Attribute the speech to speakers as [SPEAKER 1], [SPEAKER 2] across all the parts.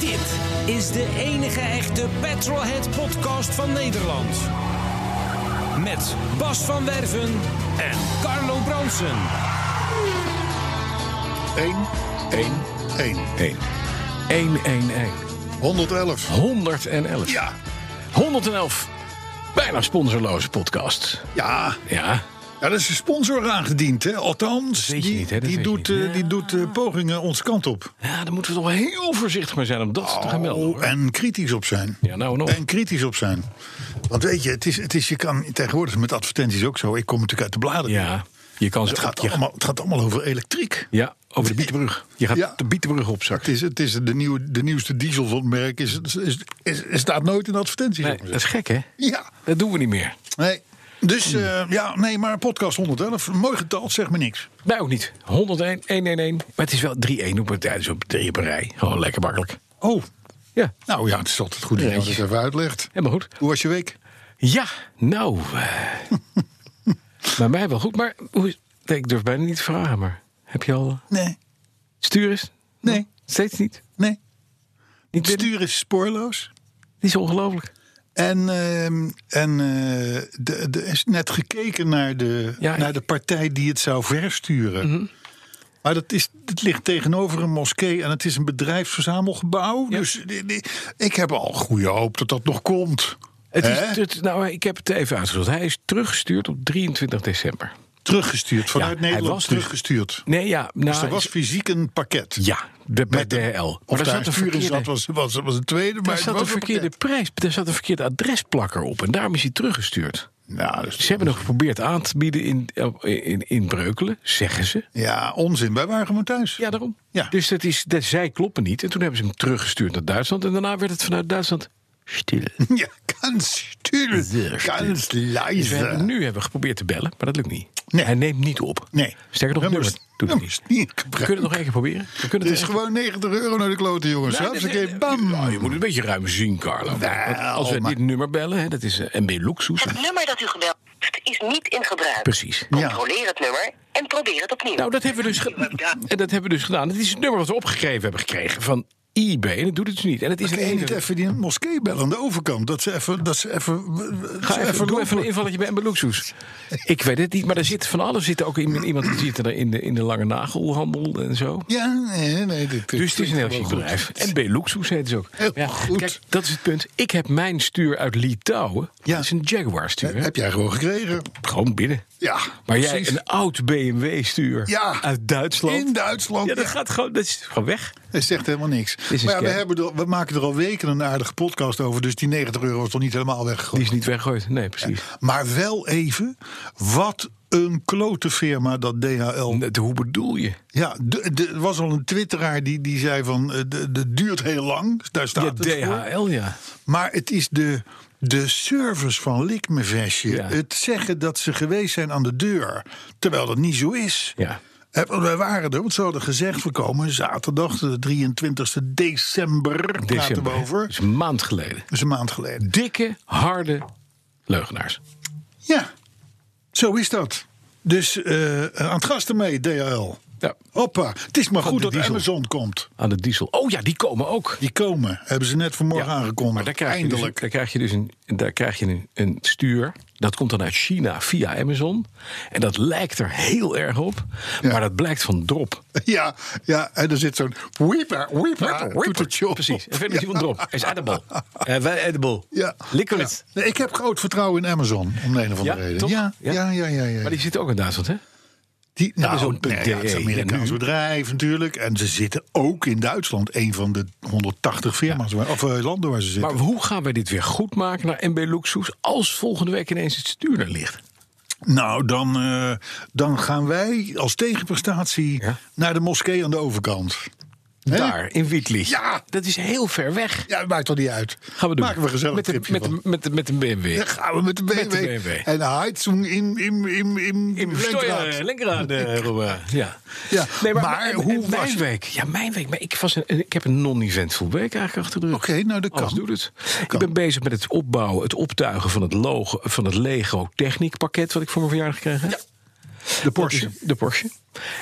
[SPEAKER 1] Dit is de enige echte Petrolhead podcast van Nederland. Met Bas van Werven en Carlo Bronsen.
[SPEAKER 2] 1, 1, 1.
[SPEAKER 3] 111.
[SPEAKER 2] 111.
[SPEAKER 3] 111.
[SPEAKER 2] Ja,
[SPEAKER 3] 111. Bijna sponsorloze podcast.
[SPEAKER 2] ja.
[SPEAKER 3] Ja.
[SPEAKER 2] Ja, dat is een sponsor aangediend, hè? Althans,
[SPEAKER 3] weet je
[SPEAKER 2] die,
[SPEAKER 3] niet, hè? Dat
[SPEAKER 2] die,
[SPEAKER 3] weet je
[SPEAKER 2] doet,
[SPEAKER 3] niet.
[SPEAKER 2] eh, die doet eh, pogingen onze kant op.
[SPEAKER 3] Ja, daar moeten we toch wel heel voorzichtig mee zijn om dat te gaan melden.
[SPEAKER 2] Oh,
[SPEAKER 3] hoor.
[SPEAKER 2] en kritisch op zijn.
[SPEAKER 3] Ja, nou nog.
[SPEAKER 2] En kritisch op zijn. Want weet je, het is, het is, je kan tegenwoordig met advertenties ook zo. Ik kom natuurlijk uit de bladeren.
[SPEAKER 3] Ja. Je kan ze
[SPEAKER 2] Het,
[SPEAKER 3] op-
[SPEAKER 2] gaat
[SPEAKER 3] je-
[SPEAKER 2] allemaal, het gaat allemaal over elektriek.
[SPEAKER 3] Ja, over de Bietenbrug. Je gaat
[SPEAKER 2] Ja.
[SPEAKER 3] de Bietenbrug op straks.
[SPEAKER 2] Het is, het is de, nieuwe, de nieuwste diesel van het merk. Is, is, is, is- staat nooit in advertenties.
[SPEAKER 3] Nee,
[SPEAKER 2] op me
[SPEAKER 3] dat is gek, hè?
[SPEAKER 2] zeggen. Ja,
[SPEAKER 3] Dat doen we niet meer.
[SPEAKER 2] nee. Dus eh, ja, nee, maar podcast 111, mooi getal, zeg me niks.
[SPEAKER 3] Wij ook niet. 101, 111. Maar het is wel 3-1 op het ja, dus op drie op een rij. Gewoon lekker makkelijk.
[SPEAKER 2] Oh,
[SPEAKER 3] Ja,
[SPEAKER 2] nou ja, het is altijd goed dat je dat eens even uitlegt.
[SPEAKER 3] helemaal goed.
[SPEAKER 2] Hoe was je week?
[SPEAKER 3] Ja, nou. eh, bij mij wel goed. Maar hoe is- nee, ik durf bijna niet te vragen, maar heb je al. eh,
[SPEAKER 2] Nee,
[SPEAKER 3] Stuur eens?
[SPEAKER 2] Nee.
[SPEAKER 3] Steeds niet.
[SPEAKER 2] nee.
[SPEAKER 3] niet
[SPEAKER 2] Het
[SPEAKER 3] binnen?
[SPEAKER 2] stuur is spoorloos.
[SPEAKER 3] Die is ongelooflijk.
[SPEAKER 2] En, ehm, en eh, de- de- er is net gekeken naar de,
[SPEAKER 3] Ja, Mhm.
[SPEAKER 2] naar
[SPEAKER 3] ik-
[SPEAKER 2] de partij die het zou versturen. Maar dat, is, dat ligt tegenover een moskee en het is een bedrijfsverzamelgebouw.
[SPEAKER 3] Ja.
[SPEAKER 2] Dus die- die- ik heb al goede hoop dat dat nog komt.
[SPEAKER 3] Het
[SPEAKER 2] Hè?
[SPEAKER 3] is, het- nou, ik heb het even uitgezocht. Hij is teruggestuurd op 23 december.
[SPEAKER 2] Teruggestuurd, vanuit
[SPEAKER 3] hij
[SPEAKER 2] Nederland
[SPEAKER 3] was dus-
[SPEAKER 2] teruggestuurd.
[SPEAKER 3] Nee, ja. Nou,
[SPEAKER 2] dus er was fysiek een pakket.
[SPEAKER 3] Ja, de, bij
[SPEAKER 2] Met de-
[SPEAKER 3] DHL. Maar
[SPEAKER 2] Of
[SPEAKER 3] daar
[SPEAKER 2] daar
[SPEAKER 3] zat een
[SPEAKER 2] stuur in
[SPEAKER 3] verkeerde,
[SPEAKER 2] zat, was, was, was een tweede. Maar
[SPEAKER 3] daar
[SPEAKER 2] het
[SPEAKER 3] zat
[SPEAKER 2] was
[SPEAKER 3] een
[SPEAKER 2] een
[SPEAKER 3] verkeerde
[SPEAKER 2] pakket.
[SPEAKER 3] prijs. Daar zat een verkeerde adresplakker op. En daarom is hij teruggestuurd.
[SPEAKER 2] Nou, dat is-
[SPEAKER 3] Ze hebben nog geprobeerd aan te bieden in, eh, in, in Breukelen, zeggen ze.
[SPEAKER 2] Ja, onzin. Wij waren gewoon thuis.
[SPEAKER 3] Ja, daarom.
[SPEAKER 2] Ja.
[SPEAKER 3] Dus dat is, dat, zij kloppen niet. En toen hebben ze hem teruggestuurd naar Duitsland. En daarna werd het vanuit Duitsland stil.
[SPEAKER 2] Ja, ganz stil. Ganz
[SPEAKER 3] Dus we hebben,
[SPEAKER 2] leise.
[SPEAKER 3] nu hebben we geprobeerd te bellen, maar dat lukt niet.
[SPEAKER 2] eh, Nee.
[SPEAKER 3] Hij neemt niet op.
[SPEAKER 2] Nee.
[SPEAKER 3] Sterker nog, nummer,
[SPEAKER 2] Nummers-
[SPEAKER 3] doet het
[SPEAKER 2] nummers
[SPEAKER 3] niet.
[SPEAKER 2] niet
[SPEAKER 3] We
[SPEAKER 2] gebruikt.
[SPEAKER 3] kunnen het nog één keer proberen. We
[SPEAKER 2] Het
[SPEAKER 3] kunnen het
[SPEAKER 2] is
[SPEAKER 3] echt-
[SPEAKER 2] gewoon 90 euro naar de klote, jongens.
[SPEAKER 3] Nou,
[SPEAKER 2] Hupsakee,
[SPEAKER 3] dat-
[SPEAKER 2] bam.
[SPEAKER 3] Nou, je moet het een beetje ruim zien, Carlo. Want als we
[SPEAKER 2] maar-
[SPEAKER 3] dit nummer bellen, hè, dat is eh, MB Luxus.
[SPEAKER 4] Het nummer dat u gebeld heeft is niet in gebruik.
[SPEAKER 3] Precies.
[SPEAKER 2] Ja.
[SPEAKER 4] Controleer het nummer en probeer het opnieuw.
[SPEAKER 3] Nou, dat hebben we dus, ge- en dat hebben we dus gedaan. Het is het nummer wat we opgegeven hebben gekregen van IB. En dat doet het dus niet. En het is
[SPEAKER 2] Kun
[SPEAKER 3] een
[SPEAKER 2] je niet
[SPEAKER 3] enige-
[SPEAKER 2] even die moskee bellen aan de overkant? Dat ze even... Dat ze even
[SPEAKER 3] Ga even, doe even een
[SPEAKER 2] lopen.
[SPEAKER 3] invalletje bij Embeloeksoes. Ik weet het niet, maar er zit van alles. Er zit ook iemand, iemand die zit er in de, in de lange nagelhandel en zo.
[SPEAKER 2] Ja, nee, nee. dit- dit
[SPEAKER 3] Dus het is een heel
[SPEAKER 2] klinkt
[SPEAKER 3] chic
[SPEAKER 2] wel
[SPEAKER 3] bedrijf.
[SPEAKER 2] goed.
[SPEAKER 3] En Beluxus heet ze ook.
[SPEAKER 2] Heel goed.
[SPEAKER 3] Kijk, dat is het punt. Ik heb mijn stuur uit Litouwen.
[SPEAKER 2] Ja.
[SPEAKER 3] Dat is een Jaguar stuur. hè?
[SPEAKER 2] Heb jij gewoon gekregen?
[SPEAKER 3] Gewoon binnen.
[SPEAKER 2] Ja,
[SPEAKER 3] Maar jij
[SPEAKER 2] precies.
[SPEAKER 3] een oud BMW stuur
[SPEAKER 2] Ja.
[SPEAKER 3] uit Duitsland.
[SPEAKER 2] In Duitsland,
[SPEAKER 3] Ja, dat
[SPEAKER 2] ja.
[SPEAKER 3] gaat gewoon, dat is gewoon weg.
[SPEAKER 2] Het zegt helemaal niks.
[SPEAKER 3] een
[SPEAKER 2] Maar ja, we,
[SPEAKER 3] scam.
[SPEAKER 2] hebben er, we maken er al weken een aardige podcast over. Dus die 90 euro is toch niet helemaal
[SPEAKER 3] Die
[SPEAKER 2] weggegooid.
[SPEAKER 3] is niet weggegooid. Nee, precies.
[SPEAKER 2] Maar wel even, wat een klote firma dat DHL.
[SPEAKER 3] Net, Hoe bedoel je?
[SPEAKER 2] Ja, de- de- er was al een twitteraar die, die zei van, eh, de de duurt heel lang. Daar
[SPEAKER 3] Ja,
[SPEAKER 2] staat het voor.
[SPEAKER 3] DHL, ja.
[SPEAKER 2] Maar het is de, de service van Likmevesje.
[SPEAKER 3] Ja.
[SPEAKER 2] Het zeggen dat ze geweest zijn aan de deur. Terwijl dat niet zo is.
[SPEAKER 3] Ja.
[SPEAKER 2] Eh, want Wij waren er, want ze hadden gezegd, we komen zaterdag de 23 december, praten we
[SPEAKER 3] December.
[SPEAKER 2] over.
[SPEAKER 3] Dat is een maand geleden.
[SPEAKER 2] Dat is een maand geleden.
[SPEAKER 3] dikke, harde leugenaars.
[SPEAKER 2] Ja, zo is dat. Dus eh, aan het gas ermee, DHL.
[SPEAKER 3] Ja.
[SPEAKER 2] Hoppa, het is maar
[SPEAKER 3] Van
[SPEAKER 2] goed
[SPEAKER 3] de
[SPEAKER 2] dat
[SPEAKER 3] diesel.
[SPEAKER 2] Amazon komt.
[SPEAKER 3] Aan de diesel. Oh ja, die komen ook.
[SPEAKER 2] Die komen, hebben ze net vanmorgen aangekondigd.
[SPEAKER 3] Maar daar krijg, Je
[SPEAKER 2] Eindelijk.
[SPEAKER 3] dus, daar krijg je dus een, daar krijg je een, een stuur. Dat komt dan uit China via Amazon. En dat lijkt er heel erg op.
[SPEAKER 2] Ja.
[SPEAKER 3] Maar dat blijkt van drop.
[SPEAKER 2] Ja, ja, en er zit zo'n weeper, weeper, toetertje op.
[SPEAKER 3] Precies. En verder
[SPEAKER 2] Ja.
[SPEAKER 3] is die van drop. Hij is edible. Eh, wel edible.
[SPEAKER 2] Ja.
[SPEAKER 3] Liquid.
[SPEAKER 2] Ja. Nee, ik heb groot vertrouwen in Amazon, om de een of andere
[SPEAKER 3] Ja,
[SPEAKER 2] reden.
[SPEAKER 3] toch?
[SPEAKER 2] Ja,
[SPEAKER 3] Ja.
[SPEAKER 2] ja, ja, ja. ja, ja.
[SPEAKER 3] Maar die zit ook in Duitsland, hè?
[SPEAKER 2] Die, nou,
[SPEAKER 3] Amazon
[SPEAKER 2] nee, ja, het is een
[SPEAKER 3] DE.
[SPEAKER 2] Amerikaans
[SPEAKER 3] Ja, nu.
[SPEAKER 2] bedrijf natuurlijk. En ze zitten ook in Duitsland. Een van de 180 firma's, waar, of eh, landen waar ze zitten.
[SPEAKER 3] Maar hoe gaan wij dit weer goed maken naar MB Luxus als volgende week ineens het stuur er ligt?
[SPEAKER 2] Nou, dan, eh, dan gaan wij als tegenprestatie
[SPEAKER 3] Ja.
[SPEAKER 2] naar de moskee aan de overkant. Hè?
[SPEAKER 3] Daar, in Wietli.
[SPEAKER 2] Ja.
[SPEAKER 3] Dat is heel ver weg.
[SPEAKER 2] Ja, maakt toch niet uit.
[SPEAKER 3] Gaan we doen.
[SPEAKER 2] Maken we gezellig
[SPEAKER 3] met, de,
[SPEAKER 2] tripje
[SPEAKER 3] met,
[SPEAKER 2] van.
[SPEAKER 3] de, met, de, met een BMW.
[SPEAKER 2] Dan gaan we met de BMW.
[SPEAKER 3] Met de BMW.
[SPEAKER 2] En de Heizung in, in, in, in,
[SPEAKER 3] In eh,
[SPEAKER 2] Lenkraad.
[SPEAKER 3] lekker aan de Ja.
[SPEAKER 2] Ja, maar hoe
[SPEAKER 3] mijn
[SPEAKER 2] was het?
[SPEAKER 3] week? Ja, mijn week. Maar ik, was een, ik heb een non-event full week eigenlijk achter de rug.
[SPEAKER 2] Oké, nou, dat
[SPEAKER 3] Alles
[SPEAKER 2] kan.
[SPEAKER 3] doet het. Ik
[SPEAKER 2] kan.
[SPEAKER 3] ben bezig met het opbouwen, het optuigen van het, logo, van het Lego Techniek pakket... wat ik voor mijn verjaardag kreeg. Ja.
[SPEAKER 2] De Porsche.
[SPEAKER 3] De Porsche.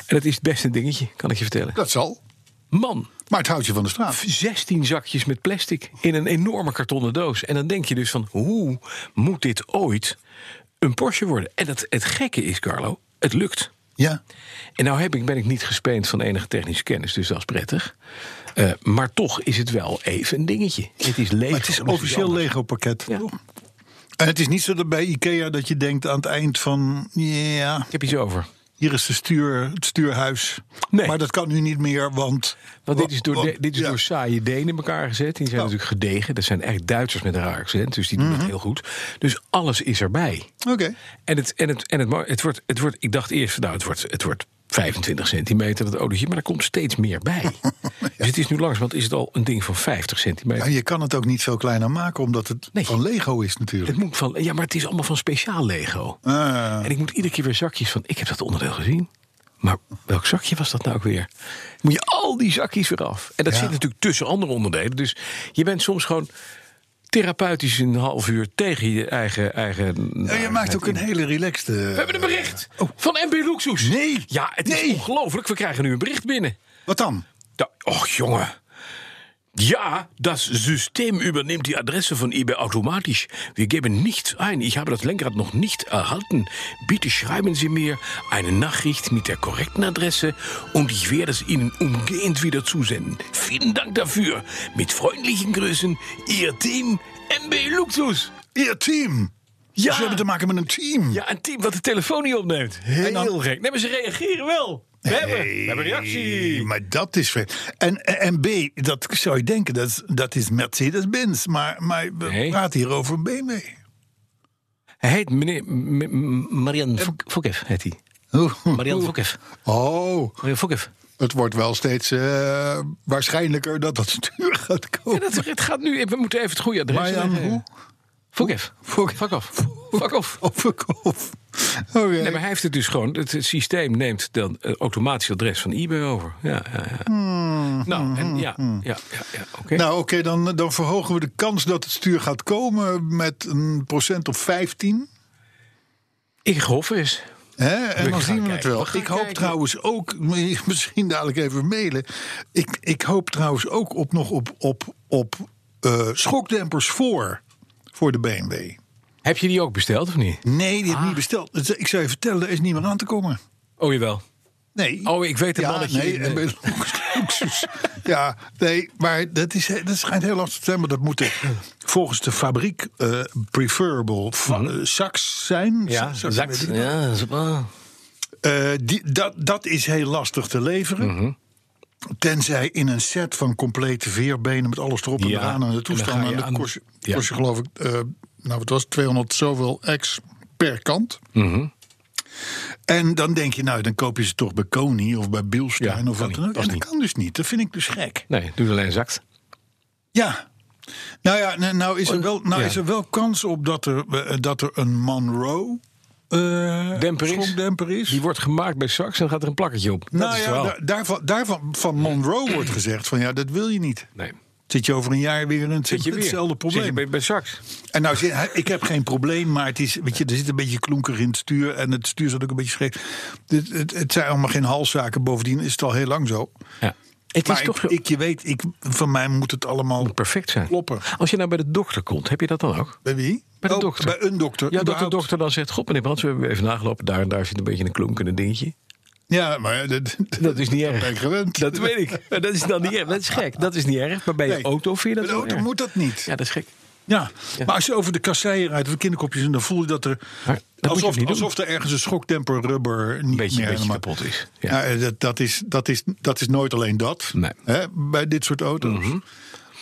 [SPEAKER 3] En dat is best een dingetje, kan ik je vertellen.
[SPEAKER 2] Dat zal.
[SPEAKER 3] Man,
[SPEAKER 2] Maar het houdt je van de straat.
[SPEAKER 3] 16 zakjes met plastic in een enorme kartonnen doos. En dan denk je dus van, hoe moet dit ooit een Porsche worden? En dat, het gekke is, Carlo, het lukt.
[SPEAKER 2] Ja.
[SPEAKER 3] En nou heb ik, ben ik niet gespeend van enige technische kennis, dus dat is prettig. Eh, maar toch is het wel even een dingetje. Het is leeg.
[SPEAKER 2] Maar het is officieel Lego-pakket.
[SPEAKER 3] Ja.
[SPEAKER 2] En het is niet zo dat bij Ikea dat je denkt aan het eind van... Ja,
[SPEAKER 3] Ik heb iets over.
[SPEAKER 2] hier is de stuur, het stuurhuis.
[SPEAKER 3] Nee.
[SPEAKER 2] Maar dat kan nu niet meer, want...
[SPEAKER 3] Want dit is door,
[SPEAKER 2] want-
[SPEAKER 3] de- dit is
[SPEAKER 2] ja.
[SPEAKER 3] door saaie Denen in elkaar gezet. Die zijn
[SPEAKER 2] Oh. Mhm.
[SPEAKER 3] natuurlijk gedegen. Dat zijn echt Duitsers met een raar accent, dus die doen het heel goed. Dus alles is erbij.
[SPEAKER 2] Oké.
[SPEAKER 3] En het, en het, en het, mar- het, wordt, het wordt, ik dacht eerst, van, nou, het wordt, het wordt 25 centimeter, dat autootje, maar er komt steeds meer bij. Dus het is nu langs, want is het al een ding van 50
[SPEAKER 2] Ja,
[SPEAKER 3] centimeter.
[SPEAKER 2] je kan het ook niet veel kleiner maken, omdat het
[SPEAKER 3] Nee.
[SPEAKER 2] van Lego is
[SPEAKER 3] het
[SPEAKER 2] natuurlijk.
[SPEAKER 3] moet van, ja, maar het is allemaal van speciaal Lego.
[SPEAKER 2] Ah.
[SPEAKER 3] En ik moet iedere keer weer zakjes van, ik heb dat onderdeel gezien. Maar welk zakje was dat nou ook weer? Moet je al die zakjes weer af. En dat
[SPEAKER 2] Ja.
[SPEAKER 3] zit natuurlijk tussen andere onderdelen. Dus je bent soms gewoon therapeutisch een half uur tegen je eigen... eigen nou,
[SPEAKER 2] En je maakt ook een hele eh, relaxed...
[SPEAKER 3] We hebben een bericht van MB Luxus.
[SPEAKER 2] Oh. Nee.
[SPEAKER 3] Ja, het is
[SPEAKER 2] Nee.
[SPEAKER 3] ongelooflijk. We krijgen nu een bericht binnen.
[SPEAKER 2] Wat dan?
[SPEAKER 3] Da- Och, jongen. Ja, das System übernimmt die Adresse von eBay automatisch. Wir geben nichts ein. Ich habe das Lenkrad noch nicht erhalten. Bitte schreiben Sie mir eine Nachricht mit der korrekten Adresse und ich werde es Ihnen umgehend wieder zusenden. Vielen Dank dafür. Mit freundlichen Grüßen, Ihr Team MB Luxus.
[SPEAKER 2] Je team.
[SPEAKER 3] Ja.
[SPEAKER 2] Dus we hebben te maken met een team.
[SPEAKER 3] Ja, een team wat de telefoon niet opneemt. Heel gek. Nee, maar ze reageren wel. We, hebben, we hebben
[SPEAKER 2] Hey,
[SPEAKER 3] reactie.
[SPEAKER 2] Maar dat is vreemd. En, en B, dat zou je denken, dat, is- dat is Mercedes-Benz. Maar, maar we
[SPEAKER 3] Nee.
[SPEAKER 2] praten hier over een BMW.
[SPEAKER 3] Hij heet meneer M- M- Marian Fok- Fokev, heet hij. Marian Fokev.
[SPEAKER 2] Oh,
[SPEAKER 3] Marian Fokev.
[SPEAKER 2] het wordt wel steeds eh, waarschijnlijker dat dat stuur gaat
[SPEAKER 3] Ja,
[SPEAKER 2] komen.
[SPEAKER 3] dat, het gaat nu, we moeten even het goede adres
[SPEAKER 2] Marian
[SPEAKER 3] leggen.
[SPEAKER 2] hoe?
[SPEAKER 3] Fokev.
[SPEAKER 2] Fokev.
[SPEAKER 3] Fuck off. Fuck off.
[SPEAKER 2] Of ik of. Oké.
[SPEAKER 3] Nee, maar hij heeft het dus gewoon. Het het systeem neemt dan eh, automatisch adres van eBay over. Ja, ja, ja. Nou, en ja, ja, ja, ja oké.
[SPEAKER 2] Nou, oké, dan, dan verhogen we de kans dat het stuur gaat komen met een procent of 15.
[SPEAKER 3] Ik hoop eens.
[SPEAKER 2] Hè? En
[SPEAKER 3] We
[SPEAKER 2] dan
[SPEAKER 3] gaan
[SPEAKER 2] zien we het
[SPEAKER 3] kijken.
[SPEAKER 2] wel.
[SPEAKER 3] We gaan
[SPEAKER 2] ik hoop
[SPEAKER 3] kijken.
[SPEAKER 2] trouwens ook, misschien dadelijk even mailen. Ik, ik hoop trouwens ook op, nog op, op, op eh, schokdempers voor, voor de BMW.
[SPEAKER 3] Heb je die ook besteld of niet?
[SPEAKER 2] Nee, die heb
[SPEAKER 3] Ah.
[SPEAKER 2] ik niet besteld. Het- Ik zou je vertellen, er is niet meer aan te komen.
[SPEAKER 3] Oh, jawel.
[SPEAKER 2] Nee.
[SPEAKER 3] Oh, ik weet het
[SPEAKER 2] ja,
[SPEAKER 3] wel dat je-
[SPEAKER 2] nee, en bij luxe- luxus. Ja, nee, maar dat, is, dat schijnt heel lastig te zijn. Maar dat moet de- volgens de fabriek eh, preferable va-
[SPEAKER 3] Mhm.
[SPEAKER 2] eh, Saks zijn.
[SPEAKER 3] Ja,
[SPEAKER 2] Saks, weet
[SPEAKER 3] zakt.
[SPEAKER 2] ik
[SPEAKER 3] Ja, zo- ah.
[SPEAKER 2] Eh, die, dat, dat is heel lastig te leveren.
[SPEAKER 3] Mhm.
[SPEAKER 2] Tenzij in een set van complete veerbenen met alles erop en
[SPEAKER 3] Ja,
[SPEAKER 2] eraan en de
[SPEAKER 3] en dan ga
[SPEAKER 2] toestanden.
[SPEAKER 3] je
[SPEAKER 2] En dat
[SPEAKER 3] aan-
[SPEAKER 2] kost, je-
[SPEAKER 3] ja.
[SPEAKER 2] kost je geloof ik, eh, nou het was 200 zoveel ex per kant.
[SPEAKER 3] Mhm.
[SPEAKER 2] En dan denk je, nou dan koop je ze toch bij Kony of bij Bielstein
[SPEAKER 3] Ja,
[SPEAKER 2] of wat
[SPEAKER 3] kan niet,
[SPEAKER 2] dan ook.
[SPEAKER 3] dat
[SPEAKER 2] En
[SPEAKER 3] is
[SPEAKER 2] dat
[SPEAKER 3] niet.
[SPEAKER 2] kan dus niet, dat vind ik dus gek.
[SPEAKER 3] Nee, doe alleen zakt.
[SPEAKER 2] Ja. Nou ja, nou- nou is er wel, nou
[SPEAKER 3] Oh, ja.
[SPEAKER 2] is er wel kans op dat er, eh, dat er een Monroe eh
[SPEAKER 3] Demper is.
[SPEAKER 2] schokdemper is.
[SPEAKER 3] Die wordt gemaakt bij Saks en gaat er een plakketje op. dat
[SPEAKER 2] Nou
[SPEAKER 3] is
[SPEAKER 2] ja,
[SPEAKER 3] wel.
[SPEAKER 2] da- daarvan, daarvan van Monroe wordt gezegd van ja, dat wil je niet.
[SPEAKER 3] Nee.
[SPEAKER 2] Zit je over een jaar weer in het-
[SPEAKER 3] Zit je weer.
[SPEAKER 2] hetzelfde
[SPEAKER 3] Zit je
[SPEAKER 2] probleem.
[SPEAKER 3] bij, bij Saks.
[SPEAKER 2] En nou, zit hij- ik heb geen probleem, maar het is, weet je, er zit een beetje klonker in het stuur. En het stuur zat ook een beetje scheef. Het, het, het zijn allemaal geen halszaken. Bovendien is het al heel lang zo.
[SPEAKER 3] Ja. Het
[SPEAKER 2] maar
[SPEAKER 3] is toch
[SPEAKER 2] ik,
[SPEAKER 3] zo-
[SPEAKER 2] ik, je weet, ik, van mij moet het allemaal...
[SPEAKER 3] moet perfect zijn.
[SPEAKER 2] Kloppen.
[SPEAKER 3] Als je nou bij de dokter komt, heb je dat dan ook?
[SPEAKER 2] Bij wie?
[SPEAKER 3] Bij de
[SPEAKER 2] Oh,
[SPEAKER 3] dokter.
[SPEAKER 2] Bij een dokter.
[SPEAKER 3] Ja, dat de
[SPEAKER 2] überhaupt.
[SPEAKER 3] dokter dan zegt: Goh, meneer Brands, we hebben even nagelopen. Daar en daar zit een beetje een klonkende dingetje.
[SPEAKER 2] Ja, maar ja, dat,
[SPEAKER 3] Dat is niet erg.
[SPEAKER 2] ben ik gewend.
[SPEAKER 3] Dat weet ik. Maar dat is dan niet erg. Dat is gek. Dat is niet erg. Maar bij je
[SPEAKER 2] Nee.
[SPEAKER 3] auto vind
[SPEAKER 2] Bij
[SPEAKER 3] je dat
[SPEAKER 2] de
[SPEAKER 3] wel
[SPEAKER 2] auto
[SPEAKER 3] erg.
[SPEAKER 2] moet dat niet.
[SPEAKER 3] Ja, dat is gek.
[SPEAKER 2] Ja, maar als je over de kasseien rijdt of kinderkopjes... en dan voel je dat er...
[SPEAKER 3] Maar dat moet je
[SPEAKER 2] alsof,
[SPEAKER 3] ook niet doen.
[SPEAKER 2] alsof er ergens een schokdemper rubber niet
[SPEAKER 3] beetje-
[SPEAKER 2] meer
[SPEAKER 3] beetje
[SPEAKER 2] helemaal- Nou,
[SPEAKER 3] kapot is. Ja.
[SPEAKER 2] Ja. eh, dat, dat is. Dat is dat is nooit alleen dat.
[SPEAKER 3] Nee. Mhm.
[SPEAKER 2] Hè, bij dit soort auto's.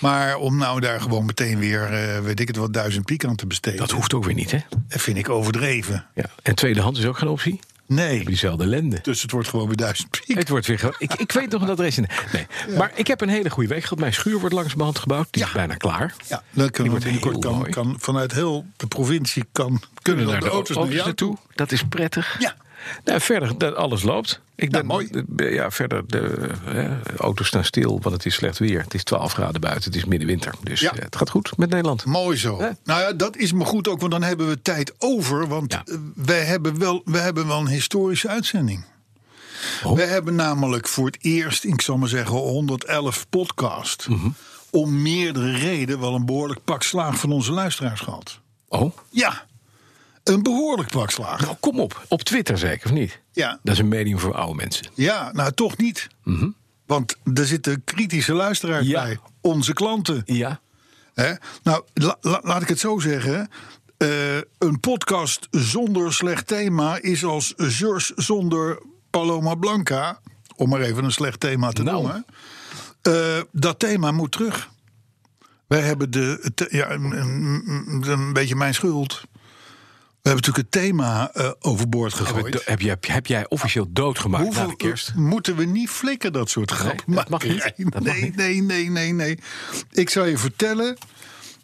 [SPEAKER 2] Maar om nou daar gewoon meteen weer, eh, weet ik het wat, duizend piek aan te besteden.
[SPEAKER 3] Dat hoeft ook weer niet, hè?
[SPEAKER 2] vind ik overdreven.
[SPEAKER 3] Ja. En tweedehands is ook geen optie.
[SPEAKER 2] Nee.
[SPEAKER 3] Diezelfde ellende.
[SPEAKER 2] Dus het wordt gewoon weer duizend piek.
[SPEAKER 3] Het wordt weer gewoon- ik, ik weet nog een adres. in- Nee. Maar ik heb een hele goede week gehad. Mijn schuur wordt langs mijn hand gebouwd. Die is bijna klaar.
[SPEAKER 2] Ja, dan kunnen we
[SPEAKER 3] wordt
[SPEAKER 2] binnenkort
[SPEAKER 3] heel
[SPEAKER 2] kan,
[SPEAKER 3] mooi.
[SPEAKER 2] kan, vanuit heel de provincie kan, kunnen dan de, auto's naar jou toe.
[SPEAKER 3] Dat is prettig.
[SPEAKER 2] Ja.
[SPEAKER 3] Nou, verder, dat alles loopt. Ik
[SPEAKER 2] Nou, mooi.
[SPEAKER 3] de- Ja, verder, de eh, auto's staan stil, want het is slecht weer. Het is 12 graden buiten, het is middenwinter. Dus
[SPEAKER 2] Ja.
[SPEAKER 3] eh, het gaat goed met Nederland.
[SPEAKER 2] Mooi zo.
[SPEAKER 3] Ja.
[SPEAKER 2] Nou ja, dat is me goed ook, want dan hebben we tijd over. Want
[SPEAKER 3] Ja.
[SPEAKER 2] eh, wij, hebben wel, wij hebben wel een historische uitzending.
[SPEAKER 3] Oh.
[SPEAKER 2] We hebben namelijk voor het eerst, ik zal maar zeggen, 111 podcast.
[SPEAKER 3] Mhm.
[SPEAKER 2] Om meerdere redenen wel een behoorlijk pak slaag van onze luisteraars gehad.
[SPEAKER 3] Oh,
[SPEAKER 2] Ja, een behoorlijk pak slaag.
[SPEAKER 3] nou kom op. Op Twitter zeker, of niet?
[SPEAKER 2] Ja.
[SPEAKER 3] Dat is een medium voor oude mensen.
[SPEAKER 2] Ja, nou toch niet. Want er zitten kritische luisteraars
[SPEAKER 3] Mhm. Ja.
[SPEAKER 2] bij. Onze klanten.
[SPEAKER 3] Ja.
[SPEAKER 2] Hè? Nou, la- la- laat ik het zo zeggen. Eh, een podcast zonder slecht thema is als Zurs zonder Paloma Blanca. Om maar even een slecht thema te
[SPEAKER 3] Nou.
[SPEAKER 2] noemen. Eh, dat thema moet terug. Wij hebben de. het the- ja, een, een- een beetje mijn schuld. We hebben natuurlijk het thema eh, overboord
[SPEAKER 3] Heb,
[SPEAKER 2] gegooid.
[SPEAKER 3] ik do- heb, jij- heb jij officieel doodgemaakt Ah, na de kerst?
[SPEAKER 2] eh, moeten we niet flikken, dat soort grap?
[SPEAKER 3] dat mag niet.
[SPEAKER 2] Nee,
[SPEAKER 3] Dat mag
[SPEAKER 2] nee,
[SPEAKER 3] niet.
[SPEAKER 2] nee, nee, nee, nee. Ik zou je vertellen.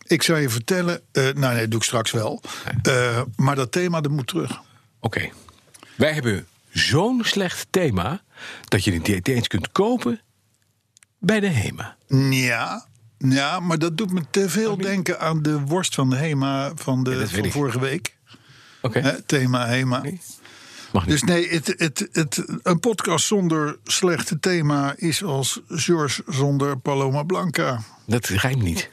[SPEAKER 2] Ik zou je vertellen. eh, nou, nee, doe ik straks wel. Eh, maar dat thema, dat moet terug.
[SPEAKER 3] Oké. Wij hebben zo'n slecht thema dat je het niet eens kunt kopen bij de HEMA.
[SPEAKER 2] Ja. Ja, maar dat doet me te veel denken aan de worst van de Hema van, de,
[SPEAKER 3] dat weet
[SPEAKER 2] van
[SPEAKER 3] ik.
[SPEAKER 2] vorige week.
[SPEAKER 3] Oké.
[SPEAKER 2] Hè, thema Hema.
[SPEAKER 3] Mag niet.
[SPEAKER 2] Dus nee, het, het, het, een podcast zonder slechte thema is als George zonder Paloma Blanca.
[SPEAKER 3] dat rijmt niet.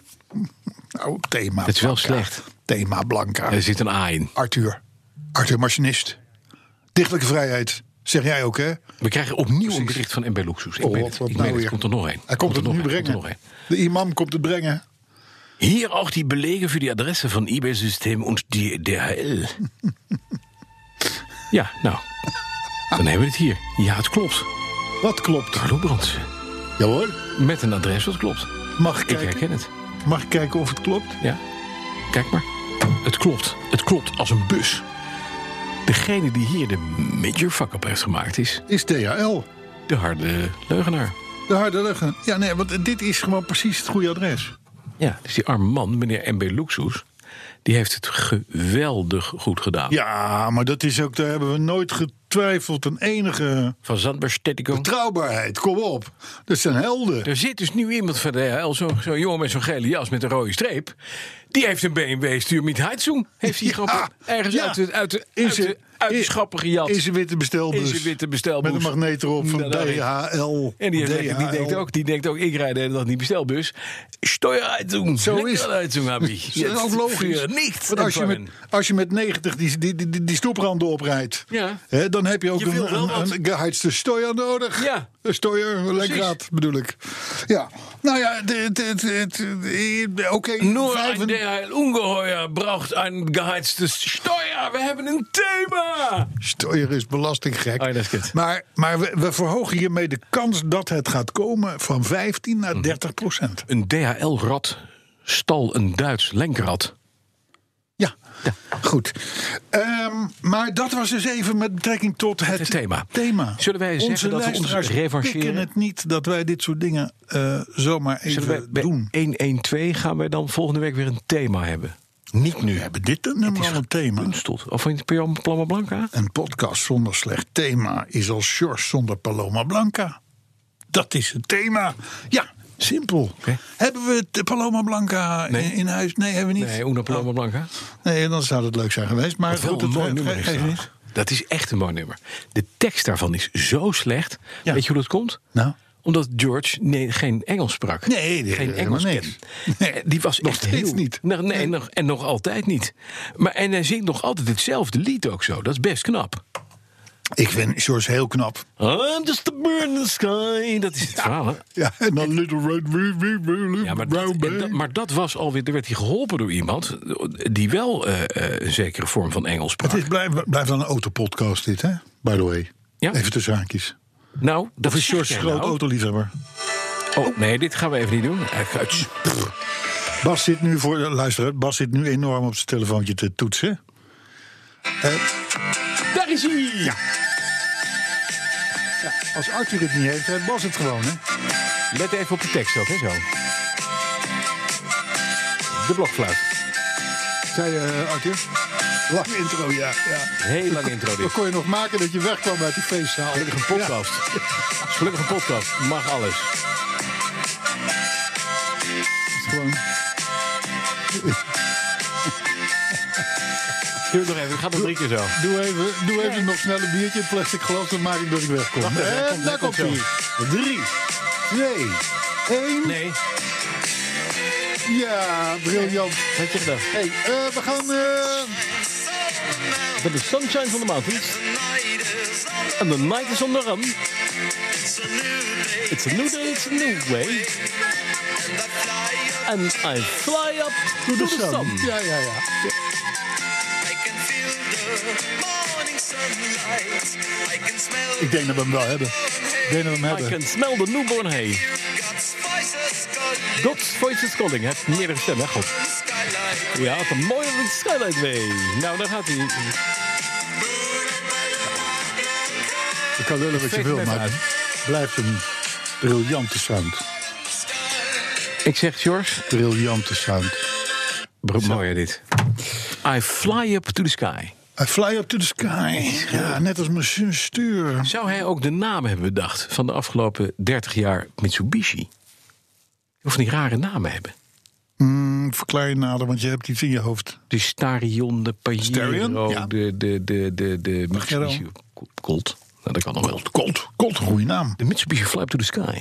[SPEAKER 2] Nou, thema.
[SPEAKER 3] Dat is wel
[SPEAKER 2] Blanca.
[SPEAKER 3] slecht.
[SPEAKER 2] Thema Blanca.
[SPEAKER 3] Er zit een A in.
[SPEAKER 2] Arthur. Arthur Machinist. Dichtelijke vrijheid. Zeg jij ook, hè?
[SPEAKER 3] We krijgen opnieuw een bericht van MB Luxus. Ik
[SPEAKER 2] Oh,
[SPEAKER 3] meen
[SPEAKER 2] wat-
[SPEAKER 3] het.
[SPEAKER 2] wat
[SPEAKER 3] Ik
[SPEAKER 2] nou
[SPEAKER 3] meen het.
[SPEAKER 2] weer?
[SPEAKER 3] Komt er nog een.
[SPEAKER 2] Hij komt,
[SPEAKER 3] er
[SPEAKER 2] het nu
[SPEAKER 3] nog een. Komt er nog
[SPEAKER 2] brengen.
[SPEAKER 3] een.
[SPEAKER 2] De imam komt het brengen.
[SPEAKER 3] Hier auch die Belege für die Adresse von eBay-System und die DHL. ja, nou. Dan hebben we het hier. Ja, het klopt.
[SPEAKER 2] Wat klopt?
[SPEAKER 3] Carlo Brandsen.
[SPEAKER 2] Ja hoor.
[SPEAKER 3] Met een adres dat klopt.
[SPEAKER 2] Mag ik,
[SPEAKER 3] Ik
[SPEAKER 2] kijken,
[SPEAKER 3] herken het.
[SPEAKER 2] mag ik kijken of het klopt?
[SPEAKER 3] Ja. Kijk maar. Het klopt. Het klopt als een bus. Degene die hier de major fuck up heeft gemaakt is
[SPEAKER 2] Is DHL.
[SPEAKER 3] de harde leugenaar.
[SPEAKER 2] De harde luchten. Ja, nee, want dit is gewoon precies het goede adres.
[SPEAKER 3] Ja, dus die arme man, meneer MB Luxus, die heeft het geweldig goed gedaan.
[SPEAKER 2] Ja, maar dat is ook, daar hebben we nooit getwijfeld. Een enige
[SPEAKER 3] Van Zandbergstedtigung.
[SPEAKER 2] betrouwbaarheid. Kom op. Dat zijn helden.
[SPEAKER 3] Er zit dus nu iemand van de HL, zo'n zo'n jongen met zo'n gele jas met een rode streep. Die heeft een BMW stuur met Heizung. Heeft hij
[SPEAKER 2] Ja.
[SPEAKER 3] gewoon ergens
[SPEAKER 2] Ja.
[SPEAKER 3] uit de, uit de,
[SPEAKER 2] In
[SPEAKER 3] uit
[SPEAKER 2] zijn-
[SPEAKER 3] de, uit de
[SPEAKER 2] in-
[SPEAKER 3] schappen gejat.
[SPEAKER 2] In zijn witte bestelbus.
[SPEAKER 3] In zijn witte bestelbus.
[SPEAKER 2] Met een magneet erop van
[SPEAKER 3] Nou, daar is-
[SPEAKER 2] DHL.
[SPEAKER 3] En die, heeft- die,
[SPEAKER 2] DHL.
[SPEAKER 3] denkt ook, die denkt ook, ik rijd de hele dag die bestelbus. Steuerheizung.
[SPEAKER 2] Zo is het.
[SPEAKER 3] Heizung heb ik.
[SPEAKER 2] Dat is ook logisch.
[SPEAKER 3] Niet.
[SPEAKER 2] Want als, je met, als je met 90 die, die, die, die stoepranden oprijdt,
[SPEAKER 3] Ja.
[SPEAKER 2] hè, dan heb je ook
[SPEAKER 3] Je wil
[SPEAKER 2] een,
[SPEAKER 3] wel
[SPEAKER 2] een,
[SPEAKER 3] wat.
[SPEAKER 2] een geheidste stoier nodig.
[SPEAKER 3] Ja.
[SPEAKER 2] Een stoier, een lenkraad bedoel ik. Ja. Nou ja, dit- dit- dit- dit- oké.
[SPEAKER 3] Nur ein
[SPEAKER 2] vijfen-
[SPEAKER 3] DHL Ungeheuer braucht ein geheiztes Steuer. We hebben een thema.
[SPEAKER 2] Stoier is belastinggek.
[SPEAKER 3] Oh ja, dat is kut.
[SPEAKER 2] Maar, maar we, we verhogen hiermee de kans dat het gaat komen van 15
[SPEAKER 3] Mhm.
[SPEAKER 2] naar 30 procent.
[SPEAKER 3] Een DHL-rat stal een Duits lenkrad.
[SPEAKER 2] Ja. Goed. Ehm, maar dat was dus even met betrekking tot het,
[SPEAKER 3] het thema. Zullen wij
[SPEAKER 2] onze
[SPEAKER 3] zeggen dat we ons
[SPEAKER 2] luisteraars
[SPEAKER 3] revancheren?
[SPEAKER 2] pikken het niet dat wij dit soort dingen eh, zomaar even
[SPEAKER 3] Zullen wij bij
[SPEAKER 2] doen.
[SPEAKER 3] 112 gaan wij dan volgende week weer een thema hebben? Niet nu.
[SPEAKER 2] We hebben dit een nummer al een thema.
[SPEAKER 3] Kunstelt. Of in het programma Plamma Blanca?
[SPEAKER 2] Een podcast zonder slecht thema is als Sjors zonder Paloma Blanca. Dat is het thema. Ja, simpel.
[SPEAKER 3] Oké.
[SPEAKER 2] Hebben we de Paloma Blanca in, in huis? Nee, hebben we niet.
[SPEAKER 3] Nee, Una Plamma Blanca.
[SPEAKER 2] Nee, dan zou het leuk zijn geweest. Maar
[SPEAKER 3] Wat wel
[SPEAKER 2] goed,
[SPEAKER 3] een
[SPEAKER 2] dat
[SPEAKER 3] mooi
[SPEAKER 2] ge-
[SPEAKER 3] nummer
[SPEAKER 2] ge-
[SPEAKER 3] is
[SPEAKER 2] geeft
[SPEAKER 3] trouwens.
[SPEAKER 2] niet.
[SPEAKER 3] Dat is echt een mooi nummer. De tekst daarvan is zo slecht.
[SPEAKER 2] Ja.
[SPEAKER 3] Weet je hoe dat komt?
[SPEAKER 2] Nou?
[SPEAKER 3] Omdat George nee, geen Engels sprak.
[SPEAKER 2] Nee, nee,
[SPEAKER 3] geen
[SPEAKER 2] helemaal
[SPEAKER 3] Engels
[SPEAKER 2] niks.
[SPEAKER 3] ken.
[SPEAKER 2] Nee,
[SPEAKER 3] Eh, Die was
[SPEAKER 2] nog
[SPEAKER 3] echt
[SPEAKER 2] steeds
[SPEAKER 3] heel-
[SPEAKER 2] niet.
[SPEAKER 3] Nou, nee, Nog, en nog altijd niet. Maar, en hij zingt nog altijd hetzelfde lied ook zo. Dat is best knap.
[SPEAKER 2] Ik vind Sjors heel knap.
[SPEAKER 3] I'm just a bird in the sky. Dat is het verhaal, hè?
[SPEAKER 2] Ja, en dan Little Red
[SPEAKER 3] Ja, maar dat, en dat- maar dat was alweer. Er werd hij geholpen door iemand. die wel eh, eh, een zekere vorm van Engels sprak.
[SPEAKER 2] Het is, blijft blijf dan een autopodcast dit, hè? By the way.
[SPEAKER 3] Ja.
[SPEAKER 2] Even tussen haakjes.
[SPEAKER 3] nou, dat
[SPEAKER 2] Of is
[SPEAKER 3] zeg
[SPEAKER 2] George
[SPEAKER 3] jij
[SPEAKER 2] groot
[SPEAKER 3] nou.
[SPEAKER 2] autoliefhebber?
[SPEAKER 3] Oh, nee, dit gaan we even niet doen. Eh, uit-
[SPEAKER 2] Bas zit nu voor. Luister, hè, Bas zit nu enorm op zijn telefoontje te toetsen. Eh,
[SPEAKER 3] Daar is hij!
[SPEAKER 2] als Arthur het niet heeft, heeft Bas het gewoon, hè?
[SPEAKER 3] Let even op de tekst ook, hè, zo. De blokfluit.
[SPEAKER 2] Zei je, eh, Arthur? Lang intro, ja. ja.
[SPEAKER 3] Heel lang intro
[SPEAKER 2] Dan
[SPEAKER 3] dit.
[SPEAKER 2] kon je nog maken dat je wegkwam uit die feestzaal.
[SPEAKER 3] Gelukkig een podcast. Gelukkig een podcast. Mag alles.
[SPEAKER 2] Ja, het is gewoon-
[SPEAKER 3] Doe het nog even. Het gaat nog drie keer zo.
[SPEAKER 2] Doe even, doe even nog snel een biertje in plastic glas, dan maak ik dat ik wegkom.
[SPEAKER 3] Wacht even,
[SPEAKER 2] en
[SPEAKER 3] hij komt,
[SPEAKER 2] daar
[SPEAKER 3] hij
[SPEAKER 2] komt
[SPEAKER 3] komt
[SPEAKER 2] hij. Drie, twee, één.
[SPEAKER 3] Nee,
[SPEAKER 2] Ja, briljant.
[SPEAKER 3] wat je gedaan?
[SPEAKER 2] Hey, eh, we gaan... eh,
[SPEAKER 3] Met de sunshine van de mountains. And the night is on the run. It's a new day, it's a new way. And I fly up to the sun.
[SPEAKER 2] Ja, ja, ja. Ik denk dat we hem wel hebben. Ik denk dat we hem
[SPEAKER 3] I can
[SPEAKER 2] hebben.
[SPEAKER 3] smell the newborn hay. God's voice is calling. Hij heeft meerdere stemmen, hè, God. Ja, wat een mooie skylight mee. Nou, daar gaat hij.
[SPEAKER 2] Ik kan lullen wat je
[SPEAKER 3] Steek
[SPEAKER 2] wil,
[SPEAKER 3] hem even
[SPEAKER 2] maar
[SPEAKER 3] uit.
[SPEAKER 2] het blijft een briljante sound.
[SPEAKER 3] Ik zeg, George.
[SPEAKER 2] Briljante sound.
[SPEAKER 3] Mooi, hè, dit. I fly up to the sky.
[SPEAKER 2] I fly up to the sky. Ja, net als mijn stuur.
[SPEAKER 3] Zou hij ook de naam hebben bedacht van de afgelopen 30 jaar Mitsubishi? Je hoeft die rare namen hebben.
[SPEAKER 2] Mm, Verklaar je nader, want je hebt iets in je hoofd.
[SPEAKER 3] De Starion, de Pajero,
[SPEAKER 2] Starion, ja.
[SPEAKER 3] de, de, de, de, de
[SPEAKER 2] Pajero.
[SPEAKER 3] Mitsubishi Colt. Nou, dat kan nog wel.
[SPEAKER 2] Colt. Colt, een goede naam.
[SPEAKER 3] De Mitsubishi Fly Up to the Sky.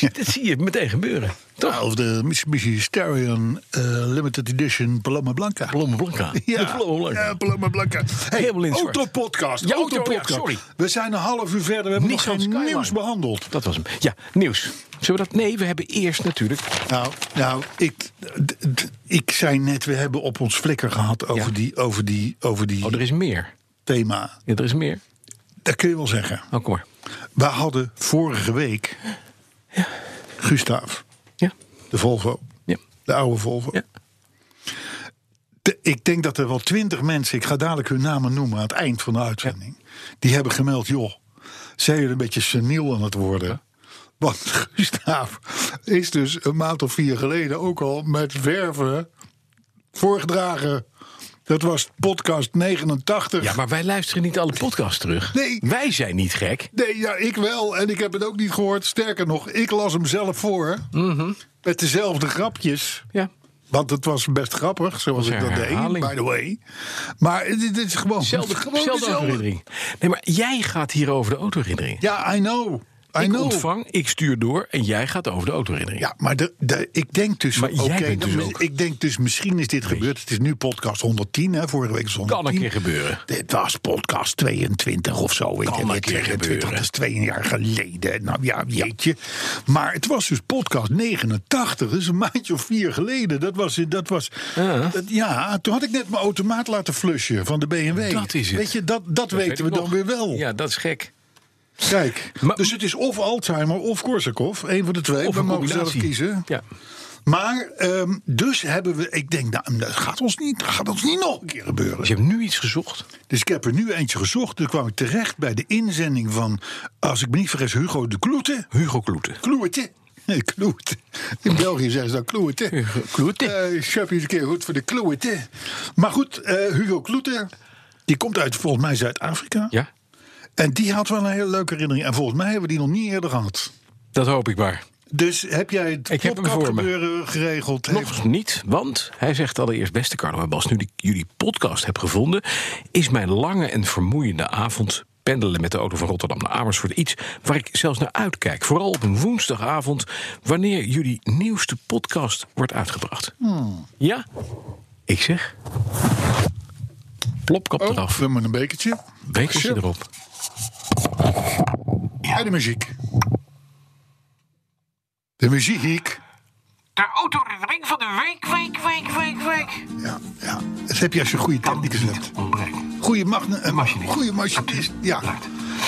[SPEAKER 3] Dat zie je meteen gebeuren. Toch?
[SPEAKER 2] Ja, Of de Mitsubishi Stallion eh, Limited Edition Paloma Blanca.
[SPEAKER 3] Paloma Blanca. De Paloma Blanca.
[SPEAKER 2] Ja, Paloma Blanca. Hey,
[SPEAKER 3] Helemaal in het zwart.
[SPEAKER 2] autopodcast.
[SPEAKER 3] Ja, auto,
[SPEAKER 2] autopodcast.
[SPEAKER 3] ja, sorry.
[SPEAKER 2] We zijn een half uur verder. We hebben
[SPEAKER 3] Nissan
[SPEAKER 2] nog geen
[SPEAKER 3] Skyline.
[SPEAKER 2] nieuws behandeld.
[SPEAKER 3] Dat was hem. Ja, nieuws. Zullen we dat? Nee, we hebben eerst natuurlijk.
[SPEAKER 2] Nou, nou ik, d- d- ik zei net, we hebben op ons flikker gehad over
[SPEAKER 3] Ja.
[SPEAKER 2] die, over die, over die
[SPEAKER 3] Oh, er is meer.
[SPEAKER 2] thema.
[SPEAKER 3] Ja, er is meer.
[SPEAKER 2] Dat kun je wel zeggen.
[SPEAKER 3] Oh, kom maar.
[SPEAKER 2] We hadden vorige week Gustav,
[SPEAKER 3] Ja,
[SPEAKER 2] de Volvo,
[SPEAKER 3] ja,
[SPEAKER 2] de oude Volvo.
[SPEAKER 3] ja.
[SPEAKER 2] De- ik denk dat er wel twintig mensen, ik ga dadelijk hun namen noemen aan het eind van de uitzending, die hebben gemeld: joh, zijn jullie een beetje seniel aan het worden? Want Gustav is dus een maand of vier geleden ook al met verven voorgedragen. Dat was podcast 89.
[SPEAKER 3] Ja, maar wij luisteren niet alle podcasts terug.
[SPEAKER 2] Nee.
[SPEAKER 3] Wij zijn niet gek.
[SPEAKER 2] Nee, ja, ik wel. En ik heb het ook niet gehoord. Sterker nog, ik las hem zelf voor.
[SPEAKER 3] Mhm.
[SPEAKER 2] Met dezelfde grapjes.
[SPEAKER 3] Ja.
[SPEAKER 2] Want het was best grappig, zoals
[SPEAKER 3] Was
[SPEAKER 2] ik dat
[SPEAKER 3] herhaling.
[SPEAKER 2] deed, by the way. Maar dit is gewoon...
[SPEAKER 3] Zelfde,
[SPEAKER 2] gewoon
[SPEAKER 3] zelfde
[SPEAKER 2] dezelfde.
[SPEAKER 3] autoherinnering. Nee, maar jij gaat hier over de autoherinnering.
[SPEAKER 2] Ja, I know. I
[SPEAKER 3] ik
[SPEAKER 2] know.
[SPEAKER 3] ontvang, ik stuur door en jij gaat over de autoherinnering.
[SPEAKER 2] Ja, maar de, de, ik denk dus...
[SPEAKER 3] Maar jij
[SPEAKER 2] oké,
[SPEAKER 3] bent dus
[SPEAKER 2] dan-
[SPEAKER 3] ook-
[SPEAKER 2] Ik denk dus, misschien is dit gebeurd. Het is nu podcast 110, hè, vorige week was 110.
[SPEAKER 3] Kan een keer gebeuren.
[SPEAKER 2] Dit was podcast 22 of zo. Ik
[SPEAKER 3] Kan
[SPEAKER 2] heb
[SPEAKER 3] een
[SPEAKER 2] het
[SPEAKER 3] keer
[SPEAKER 2] 22,
[SPEAKER 3] gebeuren.
[SPEAKER 2] Dat is twee jaar geleden. Nou ja, jeetje. Maar het was dus podcast 89. Dus een maandje of vier geleden. Dat was... Dat was dat- ja, toen had ik net mijn automaat laten flushen van de BMW.
[SPEAKER 3] Dat is het.
[SPEAKER 2] Weet je, dat, dat,
[SPEAKER 3] Weet
[SPEAKER 2] weten
[SPEAKER 3] ik
[SPEAKER 2] we
[SPEAKER 3] nog.
[SPEAKER 2] dan weer wel.
[SPEAKER 3] Ja, dat is gek.
[SPEAKER 2] Kijk,
[SPEAKER 3] Maar-
[SPEAKER 2] dus het is of Alzheimer of Korsakoff. Een van de twee.
[SPEAKER 3] Of
[SPEAKER 2] we
[SPEAKER 3] een
[SPEAKER 2] mogen zelf
[SPEAKER 3] combinatie.
[SPEAKER 2] kiezen.
[SPEAKER 3] Ja.
[SPEAKER 2] Maar ehm, dus hebben we... Ik denk, nou, dat gaat ons niet, dat gaat ons niet nog een keer gebeuren.
[SPEAKER 3] Dus je hebt nu iets gezocht.
[SPEAKER 2] Dus ik heb er nu eentje gezocht. Toen kwam ik terecht bij de inzending van, als ik me niet vergis, Hugo de Kloete.
[SPEAKER 3] Hugo Kloeten.
[SPEAKER 2] Kloete. Nee, Kloete. In België zeggen ze dan Kloete.
[SPEAKER 3] Hugo Kloete.
[SPEAKER 2] Eh, Sharpie is een keer goed voor de Kloete. Maar goed, eh, Hugo Kloete, die komt uit volgens mij Zuid-Afrika.
[SPEAKER 3] Ja,
[SPEAKER 2] En die had wel een hele leuke herinnering. En volgens mij hebben we die nog niet eerder gehad.
[SPEAKER 3] dat hoop ik maar.
[SPEAKER 2] Dus heb jij het
[SPEAKER 3] Ik heb hem voor me.
[SPEAKER 2] podcastgebeuren geregeld?
[SPEAKER 3] Nog niet, want hij zegt allereerst... beste Carlo en Bas, nu ik jullie podcast heb gevonden... is mijn lange en vermoeiende avond pendelen met de auto van Rotterdam naar Amersfoort... iets waar ik zelfs naar uitkijk. Vooral op een woensdagavond... wanneer jullie nieuwste podcast wordt uitgebracht.
[SPEAKER 2] Hmm.
[SPEAKER 3] Ja? Ik zeg... Plopkap
[SPEAKER 2] Oh,
[SPEAKER 3] eraf.
[SPEAKER 2] we hebben een bekertje.
[SPEAKER 3] Bekertje
[SPEAKER 2] sure.
[SPEAKER 3] erop.
[SPEAKER 2] En de muziek. De muziek.
[SPEAKER 5] De autoring van de week, week, week, week, week.
[SPEAKER 2] Ja, ja. Dat heb je als je een goede technicus hebt.
[SPEAKER 5] Ontbreken.
[SPEAKER 2] Goede magne, eh,
[SPEAKER 5] machinist.
[SPEAKER 2] Goede machinist. Ja.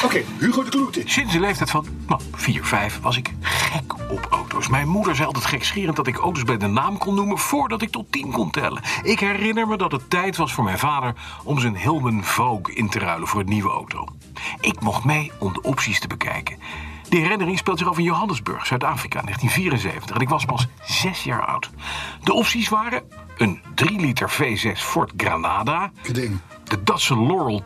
[SPEAKER 2] Oké,
[SPEAKER 5] Blijkt.
[SPEAKER 2] Hugo de Kloete.
[SPEAKER 5] Sinds de leeftijd van nou, 4, 5 was ik gek
[SPEAKER 3] op auto's. Mijn moeder zei altijd gekscherend dat ik auto's bij de naam kon noemen voordat ik tot 10 kon tellen. Ik herinner me dat het tijd was voor mijn vader om zijn Hilman Vogue in te ruilen voor een nieuwe auto. Ik mocht mee om de opties te bekijken. Die herinnering speelt zich af in Johannesburg, Zuid-Afrika, 1974. En ik was pas zes jaar oud. De opties waren een 3-liter V6 Ford Granada,
[SPEAKER 2] Ding.
[SPEAKER 3] de Datsun Laurel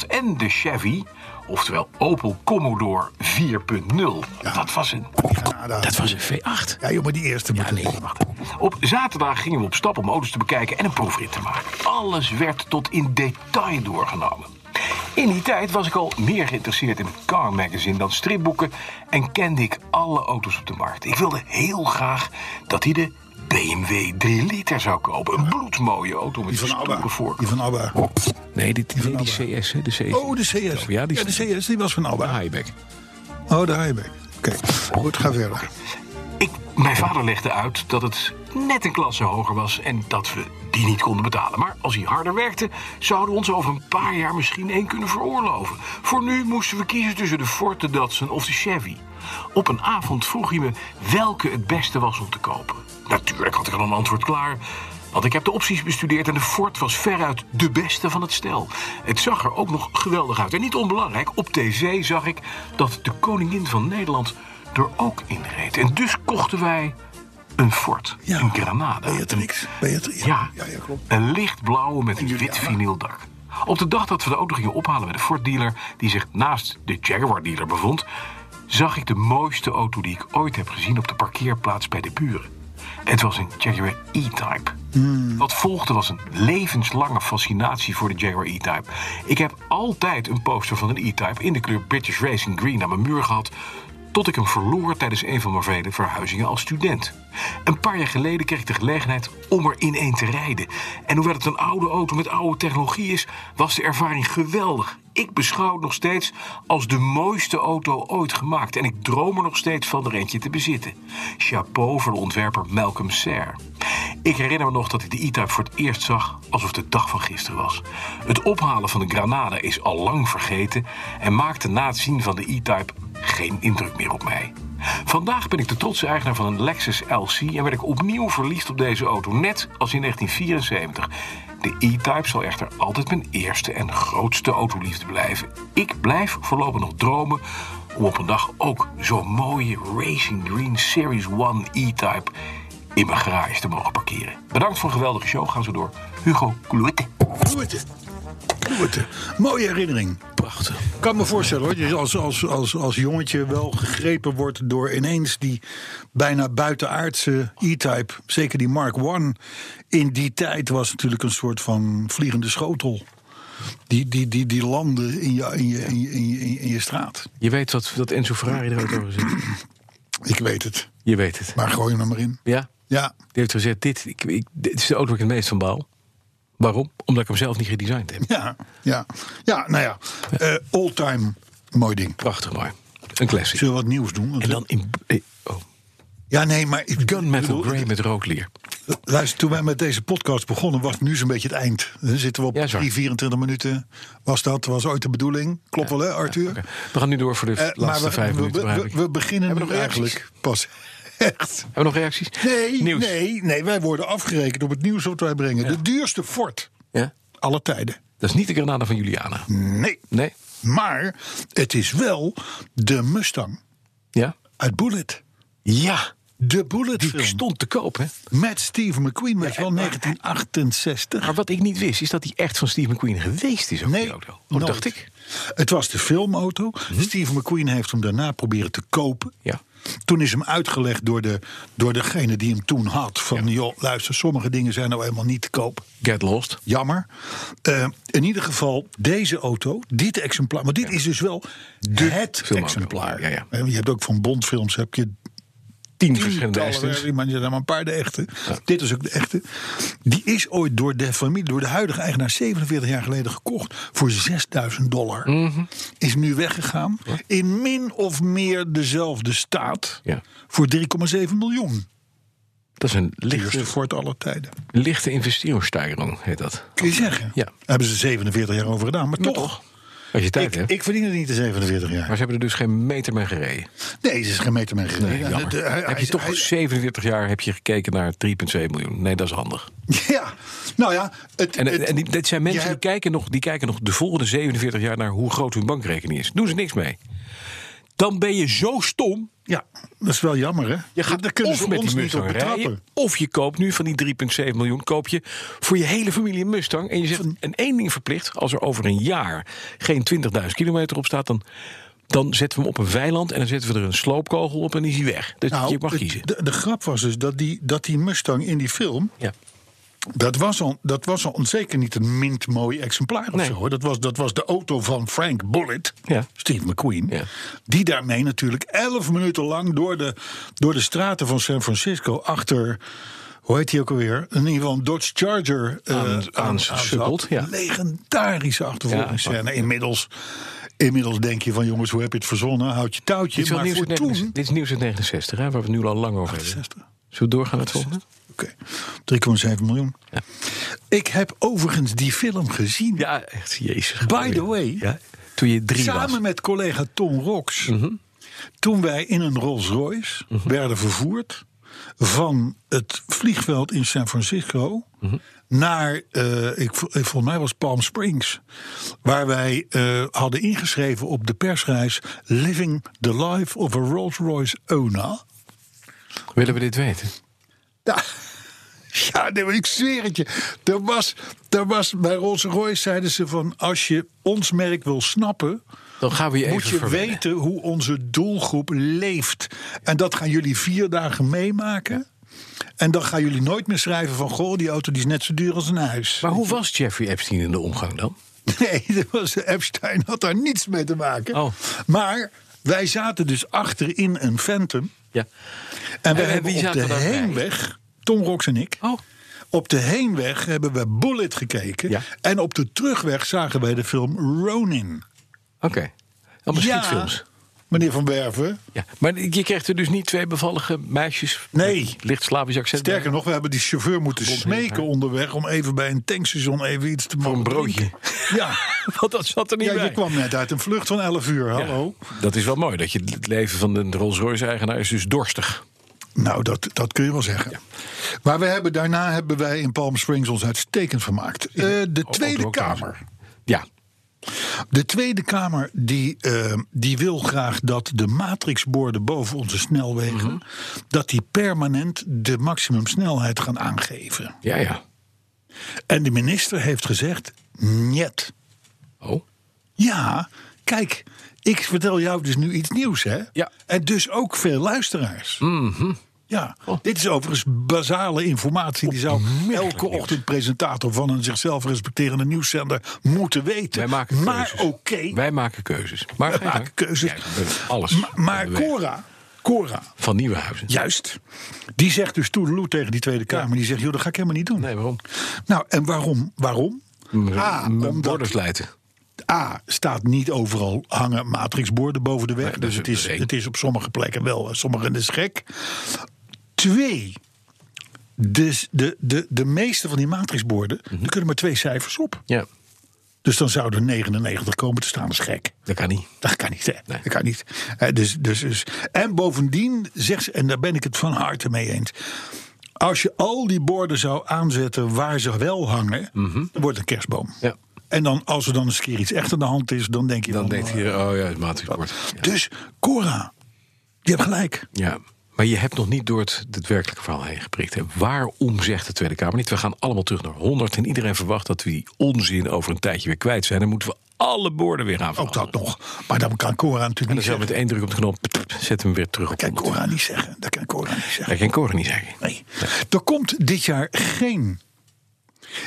[SPEAKER 3] 2.8 en de Chevy, oftewel Opel Commodore 4.0. Dat was een
[SPEAKER 2] Granada.
[SPEAKER 3] dat was een V8.
[SPEAKER 2] Ja, joh, maar die eerste moet
[SPEAKER 3] Ja, nee, wacht. Op zaterdag gingen we op stap om auto's te bekijken en een proefrit te maken. Alles werd tot in detail doorgenomen. In die tijd was ik al meer geïnteresseerd in het car magazine dan stripboeken en kende ik alle auto's op de markt. Ik wilde heel graag dat hij de BMW 3 liter zou kopen. Een bloedmooie auto met
[SPEAKER 2] Die
[SPEAKER 3] een
[SPEAKER 2] van
[SPEAKER 3] stoere
[SPEAKER 2] Abba.
[SPEAKER 3] voor.
[SPEAKER 2] Die van Abba.
[SPEAKER 3] Nee, die, nee, die CS, hè, de CS.
[SPEAKER 2] Oh, de CS. Ja,
[SPEAKER 3] Ja, die-
[SPEAKER 2] de CS die was van Abba.
[SPEAKER 3] Highback.
[SPEAKER 2] Oh, de Highback. Oké, goed, ga verder.
[SPEAKER 3] Ik, mijn vader legde uit dat het net een klasse hoger was en dat we die niet konden betalen. Maar als hij harder werkte, zouden we ons over een paar jaar misschien één kunnen veroorloven. Voor nu moesten we kiezen tussen de Ford, de Datsun of de Chevy. Op een avond vroeg hij me welke het beste was om te kopen. Natuurlijk had ik al een antwoord klaar. Want ik heb de opties bestudeerd en de Ford was veruit de beste van het stel. Het zag er ook nog geweldig uit. En niet onbelangrijk, op tv zag ik dat de koningin van Nederland er ook in reed. En dus kochten wij een Ford,
[SPEAKER 2] Ja.
[SPEAKER 3] een Granada.
[SPEAKER 2] Beatrix. Beatrix.
[SPEAKER 3] Ja,
[SPEAKER 2] ja, ja klopt.
[SPEAKER 3] een lichtblauwe met een
[SPEAKER 2] Juliana.
[SPEAKER 3] wit vinyldak. Op de dag dat we de auto gingen ophalen bij de Ford-dealer... die zich naast de Jaguar-dealer bevond... zag ik de mooiste auto die ik ooit heb gezien op de parkeerplaats bij de buren. Het was een Jaguar E-Type.
[SPEAKER 2] Hmm.
[SPEAKER 3] Wat volgde was een levenslange fascinatie voor de Jaguar E-Type. Ik heb altijd een poster van een E-Type in de kleur British Racing Green aan mijn muur gehad... tot ik hem verloor tijdens een van mijn vele verhuizingen als student. Een paar jaar geleden kreeg ik de gelegenheid om er in één te rijden. En hoewel het een oude auto met oude technologie is, was de ervaring geweldig. Ik beschouw het nog steeds als de mooiste auto ooit gemaakt. En ik droom er nog steeds van er eentje te bezitten. Chapeau voor de ontwerper Malcolm Serre. Ik herinner me nog dat ik de E-Type voor het eerst zag alsof de dag van gisteren was. Het ophalen van de Granada is al lang vergeten en maakte na het zien van de E-Type geen indruk meer op mij. Vandaag ben ik de trotse eigenaar van een Lexus LC en werd ik opnieuw verliefd op deze auto, net als in 1974. De E-Type zal echter altijd mijn eerste en grootste autoliefde blijven. Ik blijf voorlopig nog dromen om op een dag ook zo'n mooie Racing Green Series 1 E-Type in mijn garage te mogen parkeren. Bedankt voor een geweldige show. Gaan ze door. Hugo Kloete.
[SPEAKER 2] Goed. Mooie herinnering.
[SPEAKER 3] Prachtig.
[SPEAKER 2] Ik kan me voorstellen hoor, dat je als, als, als, als jongetje wel gegrepen wordt door ineens die bijna buitenaardse E-type. Zeker die Mark I. In die tijd was natuurlijk een soort van vliegende schotel. Die, die, die, die landde in je, in, je, in, je, in, je, in je- in je straat.
[SPEAKER 3] Je weet wat, dat Enzo Ferrari er ook over zit.
[SPEAKER 2] Ik weet het,
[SPEAKER 3] Je weet het.
[SPEAKER 2] maar gooi hem er maar in.
[SPEAKER 3] Ja?
[SPEAKER 2] Ja,
[SPEAKER 3] Die heeft gezegd, dit, ik, ik- dit is de auto waar ik het meest van bouw. Waarom? Omdat ik hem zelf niet gedesigned heb.
[SPEAKER 2] ja, ja. Ja, nou ja. Eh all-time mooi ding.
[SPEAKER 3] Prachtig mooi. Een classic.
[SPEAKER 2] Zullen we wat nieuws doen? Want-
[SPEAKER 3] En dan in... eh, Oh,
[SPEAKER 2] ja, nee, maar... ik-
[SPEAKER 3] gunmetal
[SPEAKER 2] bedoel,
[SPEAKER 3] grey met rookleer.
[SPEAKER 2] Luister, toen wij met deze podcast begonnen, was het nu zo'n beetje het eind. Dan zitten we op
[SPEAKER 3] Ja, is waar.
[SPEAKER 2] 3, 24 minuten. Was dat, was ooit de bedoeling. Klopt wel, hè, Arthur?
[SPEAKER 3] Oké. We gaan nu door voor de
[SPEAKER 2] Eh,
[SPEAKER 3] laatste
[SPEAKER 2] we,
[SPEAKER 3] vijf
[SPEAKER 2] we,
[SPEAKER 3] minuten.
[SPEAKER 2] we,
[SPEAKER 3] begrijp
[SPEAKER 2] we,
[SPEAKER 3] ik.
[SPEAKER 2] we beginnen
[SPEAKER 3] Hebben we
[SPEAKER 2] nu
[SPEAKER 3] nog reacties?
[SPEAKER 2] eigenlijk pas echt.
[SPEAKER 3] Hebben we nog reacties?
[SPEAKER 2] Nee,
[SPEAKER 3] Nieuws.
[SPEAKER 2] nee, nee, wij worden afgerekend op het nieuws wat wij brengen. De duurste Ford
[SPEAKER 3] Ja?
[SPEAKER 2] alle tijden.
[SPEAKER 3] Dat is niet de Granada van Juliana.
[SPEAKER 2] Nee,
[SPEAKER 3] Nee?
[SPEAKER 2] maar het is wel de Mustang
[SPEAKER 3] Ja?
[SPEAKER 2] uit Bullet.
[SPEAKER 3] Ja.
[SPEAKER 2] De Bullet
[SPEAKER 3] Die
[SPEAKER 2] film.
[SPEAKER 3] stond te koop, hè?
[SPEAKER 2] Met Steve McQueen, weet je wel,
[SPEAKER 3] en-
[SPEAKER 2] 1968.
[SPEAKER 3] Maar wat ik niet wist, is dat hij echt van Steve McQueen geweest is. Ook
[SPEAKER 2] Nee,
[SPEAKER 3] die auto. Oh, dat
[SPEAKER 2] nooit.
[SPEAKER 3] dacht ik. Mhm.
[SPEAKER 2] Het was de filmauto. Steve McQueen heeft hem daarna proberen te kopen.
[SPEAKER 3] Ja.
[SPEAKER 2] Toen is hem uitgelegd door, de, door degene die hem toen had. Van joh, luister, sommige dingen zijn nou eenmaal niet te koop.
[SPEAKER 3] Get Lost.
[SPEAKER 2] Jammer. Eh, in ieder geval, deze auto, dit exemplaar. Maar dit is dus wel het
[SPEAKER 3] filmauto.
[SPEAKER 2] exemplaar.
[SPEAKER 3] Ja, ja.
[SPEAKER 2] Eh, Je hebt ook van Bondfilms heb je
[SPEAKER 3] Tien verschillende
[SPEAKER 2] tientallen
[SPEAKER 3] Aston's.
[SPEAKER 2] versie, maar je hebt maar een paar de echte. Dit is ook de echte. Die is ooit door de familie, door de huidige eigenaar, 47 jaar geleden gekocht voor 6000 dollar.
[SPEAKER 6] Mhm.
[SPEAKER 2] Is nu weggegaan in min of meer dezelfde staat
[SPEAKER 3] Ja.
[SPEAKER 2] voor 3,7 miljoen.
[SPEAKER 3] Dat is een lichte,
[SPEAKER 2] Duurste Ford alle tijden.
[SPEAKER 3] lichte investeringsstijging, heet dat.
[SPEAKER 2] Kun je zeggen?
[SPEAKER 3] Ja.
[SPEAKER 2] Hebben ze 47 jaar over gedaan, maar,
[SPEAKER 3] Maar
[SPEAKER 2] toch.
[SPEAKER 3] toch.
[SPEAKER 6] Als je tijd
[SPEAKER 2] Ik,
[SPEAKER 6] hebt.
[SPEAKER 2] ik verdien het niet de 47 jaar.
[SPEAKER 6] Maar ze hebben er dus geen meter mee gereden.
[SPEAKER 2] Nee, ze is geen meter mee gereden.
[SPEAKER 6] Nee, jammer.
[SPEAKER 2] De- de- hij-
[SPEAKER 6] heb je
[SPEAKER 2] hij-
[SPEAKER 6] toch
[SPEAKER 2] hij-
[SPEAKER 6] 47 jaar heb je gekeken naar 3,2 miljoen. Nee, dat is handig.
[SPEAKER 2] Ja, nou ja. Het,
[SPEAKER 6] En,
[SPEAKER 2] het-
[SPEAKER 6] en die, dit zijn mensen
[SPEAKER 2] je
[SPEAKER 6] die,
[SPEAKER 2] hebt-
[SPEAKER 6] kijken nog, die kijken nog de volgende 47 jaar naar hoe groot hun bankrekening is. Doen ze niks mee. Dan ben je zo stom.
[SPEAKER 2] Ja, dat is wel jammer, hè?
[SPEAKER 6] Je gaat
[SPEAKER 2] Daar kunnen
[SPEAKER 6] of
[SPEAKER 2] ze
[SPEAKER 6] met
[SPEAKER 2] ons
[SPEAKER 6] die
[SPEAKER 2] niet op
[SPEAKER 6] Mustang rijden.
[SPEAKER 2] betrappen.
[SPEAKER 6] Of je koopt nu van die 3,7 miljoen. Koop je voor je hele familie een Mustang. En je zegt. En één ding verplicht. Als er over een jaar geen 20.000 kilometer op staat. Dan, dan zetten we hem op een weiland. En dan zetten we er een sloopkogel op. En die is hij weg. Dus je mag
[SPEAKER 2] het-
[SPEAKER 6] kiezen.
[SPEAKER 2] Nou, De, de grap was dus dat die, dat die Mustang in die film.
[SPEAKER 6] Ja.
[SPEAKER 2] Dat was, al, dat was al zeker niet een mint mooi exemplaar of
[SPEAKER 6] Nee.
[SPEAKER 2] zo. Hoor. Dat, was, dat was de auto van Frank Bullitt,
[SPEAKER 6] Ja.
[SPEAKER 2] Steve McQueen.
[SPEAKER 6] Ja.
[SPEAKER 2] Die daarmee natuurlijk elf minuten lang door de, door de straten van San Francisco achter. Hoe heet die ook alweer? In ieder geval een Dodge Charger eh,
[SPEAKER 6] Aan-
[SPEAKER 2] zat.
[SPEAKER 6] aansukkeld, ja.
[SPEAKER 2] Legendarische achtervolgingsscène.
[SPEAKER 6] Ja,
[SPEAKER 2] inmiddels, inmiddels denk je van jongens, hoe heb je het verzonnen? Houd je touwtje.
[SPEAKER 6] Dit is, wel
[SPEAKER 2] maar
[SPEAKER 6] nieuws
[SPEAKER 2] voor
[SPEAKER 6] uit
[SPEAKER 2] toen...
[SPEAKER 6] 69 dit is nieuws uit 69, hè, waar we het nu al lang over hebben.
[SPEAKER 2] 68.
[SPEAKER 6] Zullen we doorgaan naar het volgende?
[SPEAKER 2] Oké, 3,7 miljoen. Ik heb overigens die film gezien.
[SPEAKER 6] Ja, echt, jezus.
[SPEAKER 2] By the way,
[SPEAKER 6] Ja, toen je drie
[SPEAKER 2] samen
[SPEAKER 6] was.
[SPEAKER 2] met collega Tom Rox. Toen wij in een Rolls Royce werden vervoerd. Van het vliegveld in San Francisco naar, eh, ik, vo- eh, volgens mij was Palm Springs. Waar wij eh, hadden ingeschreven op de persreis Living the Life of a Rolls Royce Owner.
[SPEAKER 6] Willen we dit weten?
[SPEAKER 2] Ja, ja nee, maar ik zweer het je. Er was, er was, bij Rolls Royce zeiden ze van... als je ons merk wil snappen...
[SPEAKER 6] Dan gaan we je even
[SPEAKER 2] moet je
[SPEAKER 6] verwennen.
[SPEAKER 2] weten hoe onze doelgroep leeft. En dat gaan jullie vier dagen meemaken. En dan gaan jullie nooit meer schrijven van... goh, die auto die is net zo duur als een huis.
[SPEAKER 6] Maar hoe was Jeffrey Epstein in de omgang dan?
[SPEAKER 2] Nee, dat was, Epstein had daar niets mee te maken.
[SPEAKER 6] Oh.
[SPEAKER 2] Maar wij zaten dus achterin een Phantom.
[SPEAKER 6] Ja.
[SPEAKER 2] En we
[SPEAKER 6] En
[SPEAKER 2] hebben
[SPEAKER 6] wie
[SPEAKER 2] op
[SPEAKER 6] zaten
[SPEAKER 2] de
[SPEAKER 6] daarbij?
[SPEAKER 2] heenweg... Tom Rox en ik...
[SPEAKER 6] Oh,
[SPEAKER 2] Op de heenweg hebben we Bullet gekeken.
[SPEAKER 6] Ja.
[SPEAKER 2] En op de terugweg zagen wij de film Ronin.
[SPEAKER 6] oké. Allemaal Oh, schietfilms.
[SPEAKER 2] Meneer Van Werven.
[SPEAKER 6] Ja. Maar je kreeg er dus niet twee bevallige meisjes
[SPEAKER 2] Nee.
[SPEAKER 6] met licht Slavisch accent bij?
[SPEAKER 2] Sterker nog, we hebben die chauffeur moeten smeken onderweg... om even bij een tankstation even iets te
[SPEAKER 6] voor een
[SPEAKER 2] mogen
[SPEAKER 6] broodje.
[SPEAKER 2] drinken. Ja.
[SPEAKER 6] Want dat zat er niet
[SPEAKER 2] ja,
[SPEAKER 6] bij.
[SPEAKER 2] je kwam net uit een vlucht van 11 uur,
[SPEAKER 6] Ja,
[SPEAKER 2] hallo.
[SPEAKER 6] Dat is wel mooi, dat je het leven van de Rolls Royce-eigenaar is dus dorstig.
[SPEAKER 2] Nou, dat, dat kun je wel zeggen. Maar we hebben, daarna hebben wij in Palm Springs ons uitstekend vermaakt. Eh, de Tweede
[SPEAKER 6] ook trouwens.
[SPEAKER 2] Kamer.
[SPEAKER 6] Ja,
[SPEAKER 2] De Tweede Kamer die, eh, die wil graag dat de matrixborden boven onze snelwegen...
[SPEAKER 6] Mhm.
[SPEAKER 2] dat die permanent de maximumsnelheid gaan aangeven.
[SPEAKER 6] ja, ja.
[SPEAKER 2] En de minister heeft gezegd, niet.
[SPEAKER 6] Oh.
[SPEAKER 2] Ja, kijk, ik vertel jou dus nu iets nieuws, hè?
[SPEAKER 6] Ja.
[SPEAKER 2] En dus ook veel luisteraars. Ja,
[SPEAKER 6] Oh.
[SPEAKER 2] dit is overigens basale informatie... die zou elke
[SPEAKER 6] nieuws.
[SPEAKER 2] ochtend presentator van een zichzelf respecterende nieuwszender moeten weten.
[SPEAKER 6] Wij maken
[SPEAKER 2] maar
[SPEAKER 6] keuzes.
[SPEAKER 2] oké,
[SPEAKER 6] Wij maken keuzes. Maar
[SPEAKER 2] Wij
[SPEAKER 6] ga je gang.
[SPEAKER 2] maken keuzes.
[SPEAKER 6] Ja, we doen alles.
[SPEAKER 2] Maar, maar
[SPEAKER 6] We doen weg.
[SPEAKER 2] Cora, Cora,
[SPEAKER 6] Van Nieuwenhuizen.
[SPEAKER 2] juist, die zegt dus toedeloe tegen die Tweede Kamer. Die zegt, joh, dat ga ik helemaal niet doen.
[SPEAKER 6] Nee, waarom?
[SPEAKER 2] Nou, en waarom? Waarom? A, omdat
[SPEAKER 6] Borders leiden.
[SPEAKER 2] A staat niet overal hangen matrixborden boven de weg.
[SPEAKER 6] dat
[SPEAKER 2] dus
[SPEAKER 6] is-
[SPEAKER 2] het
[SPEAKER 6] dat
[SPEAKER 2] is,
[SPEAKER 6] is één.
[SPEAKER 2] het is op sommige plekken wel, eh, sommigen is gek. Twee, dus de, de, de meeste van die matrixborden,
[SPEAKER 6] Mhm.
[SPEAKER 2] er kunnen maar twee cijfers op.
[SPEAKER 6] Ja,
[SPEAKER 2] Dus dan zou er 99 komen te staan, dat is gek.
[SPEAKER 6] dat kan niet.
[SPEAKER 2] Dat kan niet, hè? Dat kan niet. Hè, dus, dus, dus. En bovendien zegt ze, en daar ben ik het van harte mee eens. Als je al die borden zou aanzetten waar ze wel hangen, dan wordt het een kerstboom.
[SPEAKER 6] Mhm. Ja.
[SPEAKER 2] En dan, als er dan eens een keer iets echt aan de hand is, dan denk je
[SPEAKER 6] Dan
[SPEAKER 2] van,
[SPEAKER 6] denkt hij, oh ja, het matrixbord.
[SPEAKER 2] eh, Dus Cora, je hebt gelijk.
[SPEAKER 6] Ja, maar je hebt nog niet door het, het werkelijke verhaal heen geprikt. Hè. Waarom zegt de Tweede Kamer niet? We gaan allemaal terug naar 100 en iedereen verwacht dat we die onzin over een tijdje weer kwijt zijn. Dan moeten we alle borden weer aan.
[SPEAKER 2] Ook dat nog. Maar dan kan Cora natuurlijk
[SPEAKER 6] En dan
[SPEAKER 2] niet
[SPEAKER 6] zou
[SPEAKER 2] zeggen.
[SPEAKER 6] met één druk op de knop, ptp, zetten we hem weer terug op
[SPEAKER 2] Dat kan
[SPEAKER 6] 100.
[SPEAKER 2] Cora niet zeggen. Dat kan Cora niet zeggen.
[SPEAKER 6] Dat kan Cora niet zeggen.
[SPEAKER 2] Nee. Er komt dit jaar geen,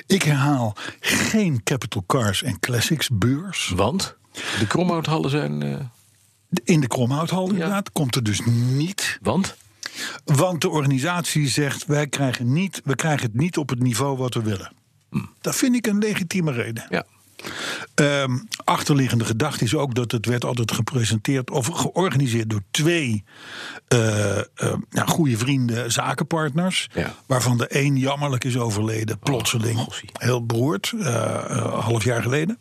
[SPEAKER 2] ik herhaal, geen Capital Cars en Classics beurs.
[SPEAKER 6] Want de kromhouthallen zijn... eh,
[SPEAKER 2] In de Kromhouthal inderdaad komt er dus niet.
[SPEAKER 6] want?
[SPEAKER 2] Want de organisatie zegt, wij krijgen, niet, we krijgen het niet op het niveau wat we willen. Dat vind ik een legitieme reden.
[SPEAKER 6] Ja.
[SPEAKER 2] Ehm, achterliggende gedachte is ook dat het werd altijd gepresenteerd of georganiseerd door twee eh, eh, nou, goede vrienden, zakenpartners.
[SPEAKER 6] Ja.
[SPEAKER 2] Waarvan de een jammerlijk is overleden, plotseling.
[SPEAKER 6] gossie.
[SPEAKER 2] heel beroerd, eh, eh, een half jaar geleden.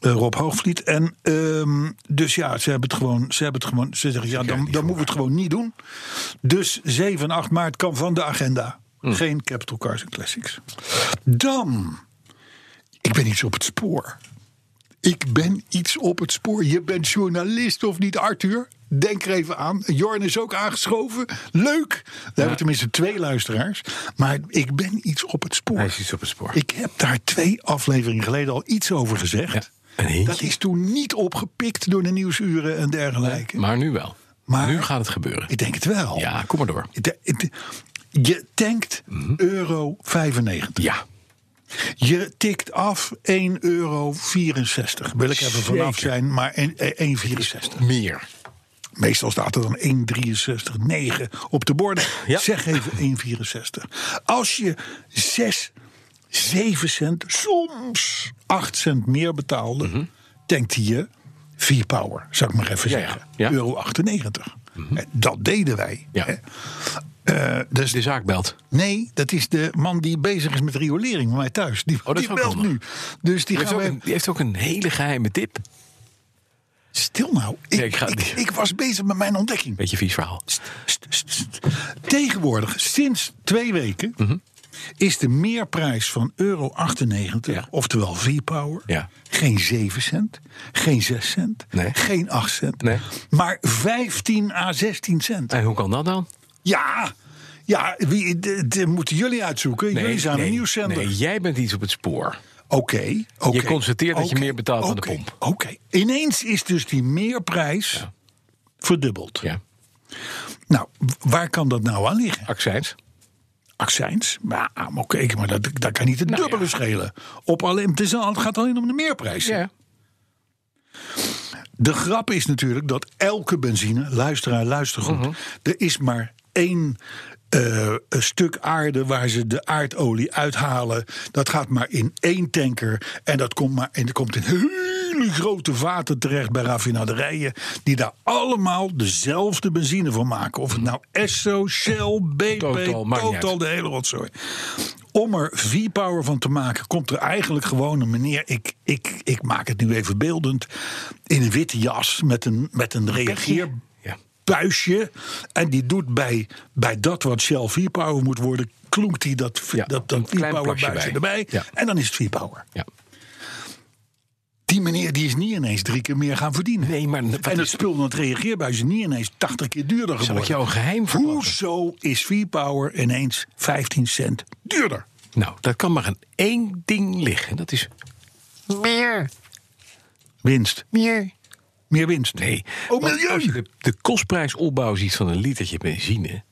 [SPEAKER 2] eh, Rob Hoogvliet. En ehm, dus ja, ze hebben het gewoon. Ze, hebben het gewoon, ze zeggen ja, dan, dan moeten we het gewoon niet doen. Dus 7 en 8 maart kan van de agenda. Geen Capital Cars en Classics. Dan. Ik ben iets op het spoor. Ik ben iets op het spoor. Je bent journalist of niet, Arthur? Denk er even aan. Jorn is ook aangeschoven. Leuk! We hebben tenminste twee luisteraars. Maar ik ben iets op het spoor.
[SPEAKER 6] Hij is iets op het spoor.
[SPEAKER 2] Ik heb daar twee afleveringen geleden al iets over gezegd.
[SPEAKER 6] Ja, een hintje.
[SPEAKER 2] Dat is toen niet opgepikt door de nieuwsuren en dergelijke.
[SPEAKER 6] Maar nu wel.
[SPEAKER 2] Maar-
[SPEAKER 6] nu gaat het gebeuren.
[SPEAKER 2] Ik denk het wel.
[SPEAKER 6] Ja, kom maar door.
[SPEAKER 2] De- de- je tankt euro 95.
[SPEAKER 6] Ja.
[SPEAKER 2] Je tikt af 1,64 euro. Wil ik even vanaf
[SPEAKER 6] Zeker.
[SPEAKER 2] zijn, maar een- eh, 1,64.
[SPEAKER 6] Meer.
[SPEAKER 2] Meestal staat er dan 1,63,9 op de borden.
[SPEAKER 6] Ja.
[SPEAKER 2] Zeg even 1,64. Als je 6, 7 cent, soms 8 cent meer betaalde, tankt hij je V-Power, zou ik maar even
[SPEAKER 6] Mhm. Ja, ja.
[SPEAKER 2] zeggen.
[SPEAKER 6] Ja. Mhm.
[SPEAKER 2] Euro 98. Eh, Dat deden wij.
[SPEAKER 6] Ja.
[SPEAKER 2] hè. Eh, dus
[SPEAKER 6] De zaak belt.
[SPEAKER 2] Nee, dat is de man die bezig is met riolering bij mij thuis. Die,
[SPEAKER 6] Oh, dat is
[SPEAKER 2] die
[SPEAKER 6] ook
[SPEAKER 2] belt
[SPEAKER 6] handig.
[SPEAKER 2] nu. Dus die
[SPEAKER 6] Die heeft,
[SPEAKER 2] gaan
[SPEAKER 6] ook
[SPEAKER 2] we
[SPEAKER 6] een, die heeft ook een hele geheime tip.
[SPEAKER 2] Stil nou. Ik,
[SPEAKER 6] Nee, ik ga-
[SPEAKER 2] ik, ik was bezig met mijn ontdekking.
[SPEAKER 6] Beetje vies verhaal.
[SPEAKER 2] Sst, sst, sst, sst. Tegenwoordig, sinds twee weken,
[SPEAKER 6] Mhm.
[SPEAKER 2] is de meerprijs van euro 98,
[SPEAKER 6] Ja.
[SPEAKER 2] oftewel V-Power,
[SPEAKER 6] Ja.
[SPEAKER 2] geen 7 cent, geen 6 cent,
[SPEAKER 6] Nee.
[SPEAKER 2] geen 8 cent,
[SPEAKER 6] Nee.
[SPEAKER 2] maar 15 à 16 cent.
[SPEAKER 6] En hoe kan dat dan?
[SPEAKER 2] Ja, ja wie, de- de- moeten jullie uitzoeken. jullie zijn een nieuwszender.
[SPEAKER 6] Nee, jij bent iets op het spoor.
[SPEAKER 2] Oké. oké,
[SPEAKER 6] Je constateert dat je
[SPEAKER 2] oké,
[SPEAKER 6] meer betaalt aan de
[SPEAKER 2] oké,
[SPEAKER 6] pomp.
[SPEAKER 2] Oké. Ineens is dus die meerprijs verdubbeld.
[SPEAKER 6] Ja.
[SPEAKER 2] Nou, w- waar kan dat nou aan liggen?
[SPEAKER 6] Accijns.
[SPEAKER 2] Accijns? Maar, ah, maar oké, maar dat, dat kan niet het
[SPEAKER 6] Nou
[SPEAKER 2] dubbele
[SPEAKER 6] ja.
[SPEAKER 2] schelen. Op alleen, het, is, al- het gaat alleen om de meerprijs.
[SPEAKER 6] Ja.
[SPEAKER 2] De grap is natuurlijk dat elke benzine, luisteraar, luister goed,
[SPEAKER 6] Mhm.
[SPEAKER 2] er is maar één eh, een stuk aarde waar ze de aardolie uithalen. Dat gaat maar in één tanker en dat komt, maar, en dat komt in hele grote vaten terecht bij raffinaderijen die daar allemaal dezelfde benzine van maken. Of het nou Esso, Shell, BP,
[SPEAKER 6] Mhm. Total, maakt niet
[SPEAKER 2] Total,
[SPEAKER 6] uit.
[SPEAKER 2] de hele rotzooi om er V-Power van te maken, komt er eigenlijk gewoon een meneer. Ik, ik, ik maak het nu even beeldend. In een witte jas met een, met een
[SPEAKER 6] Ja.
[SPEAKER 2] reageerbuisje. En die doet bij, bij dat wat Shell V-Power moet worden. Kloemt hij dat,
[SPEAKER 6] Ja,
[SPEAKER 2] dat,
[SPEAKER 6] een
[SPEAKER 2] dat
[SPEAKER 6] klein
[SPEAKER 2] V-Power
[SPEAKER 6] plasje
[SPEAKER 2] buisje
[SPEAKER 6] bij.
[SPEAKER 2] erbij.
[SPEAKER 6] Ja.
[SPEAKER 2] En dan is het V-Power.
[SPEAKER 6] ja.
[SPEAKER 2] Die meneer die is niet ineens drie keer meer gaan verdienen.
[SPEAKER 6] Nee, maar wat
[SPEAKER 2] en het
[SPEAKER 6] is-
[SPEAKER 2] spul, dat reageerbuisje, niet ineens 80 keer duurder geworden.
[SPEAKER 6] Zal ik jou een geheim verklappen?
[SPEAKER 2] Hoezo is V-Power ineens 15 cent duurder?
[SPEAKER 6] Nou, dat kan maar aan één ding liggen. Dat is meer.
[SPEAKER 2] Winst.
[SPEAKER 6] Meer.
[SPEAKER 2] Meer winst.
[SPEAKER 6] Nee.
[SPEAKER 2] Oh,
[SPEAKER 6] want
[SPEAKER 2] milieu.
[SPEAKER 6] Als je de, de kostprijsopbouw ziet van een litertje benzine...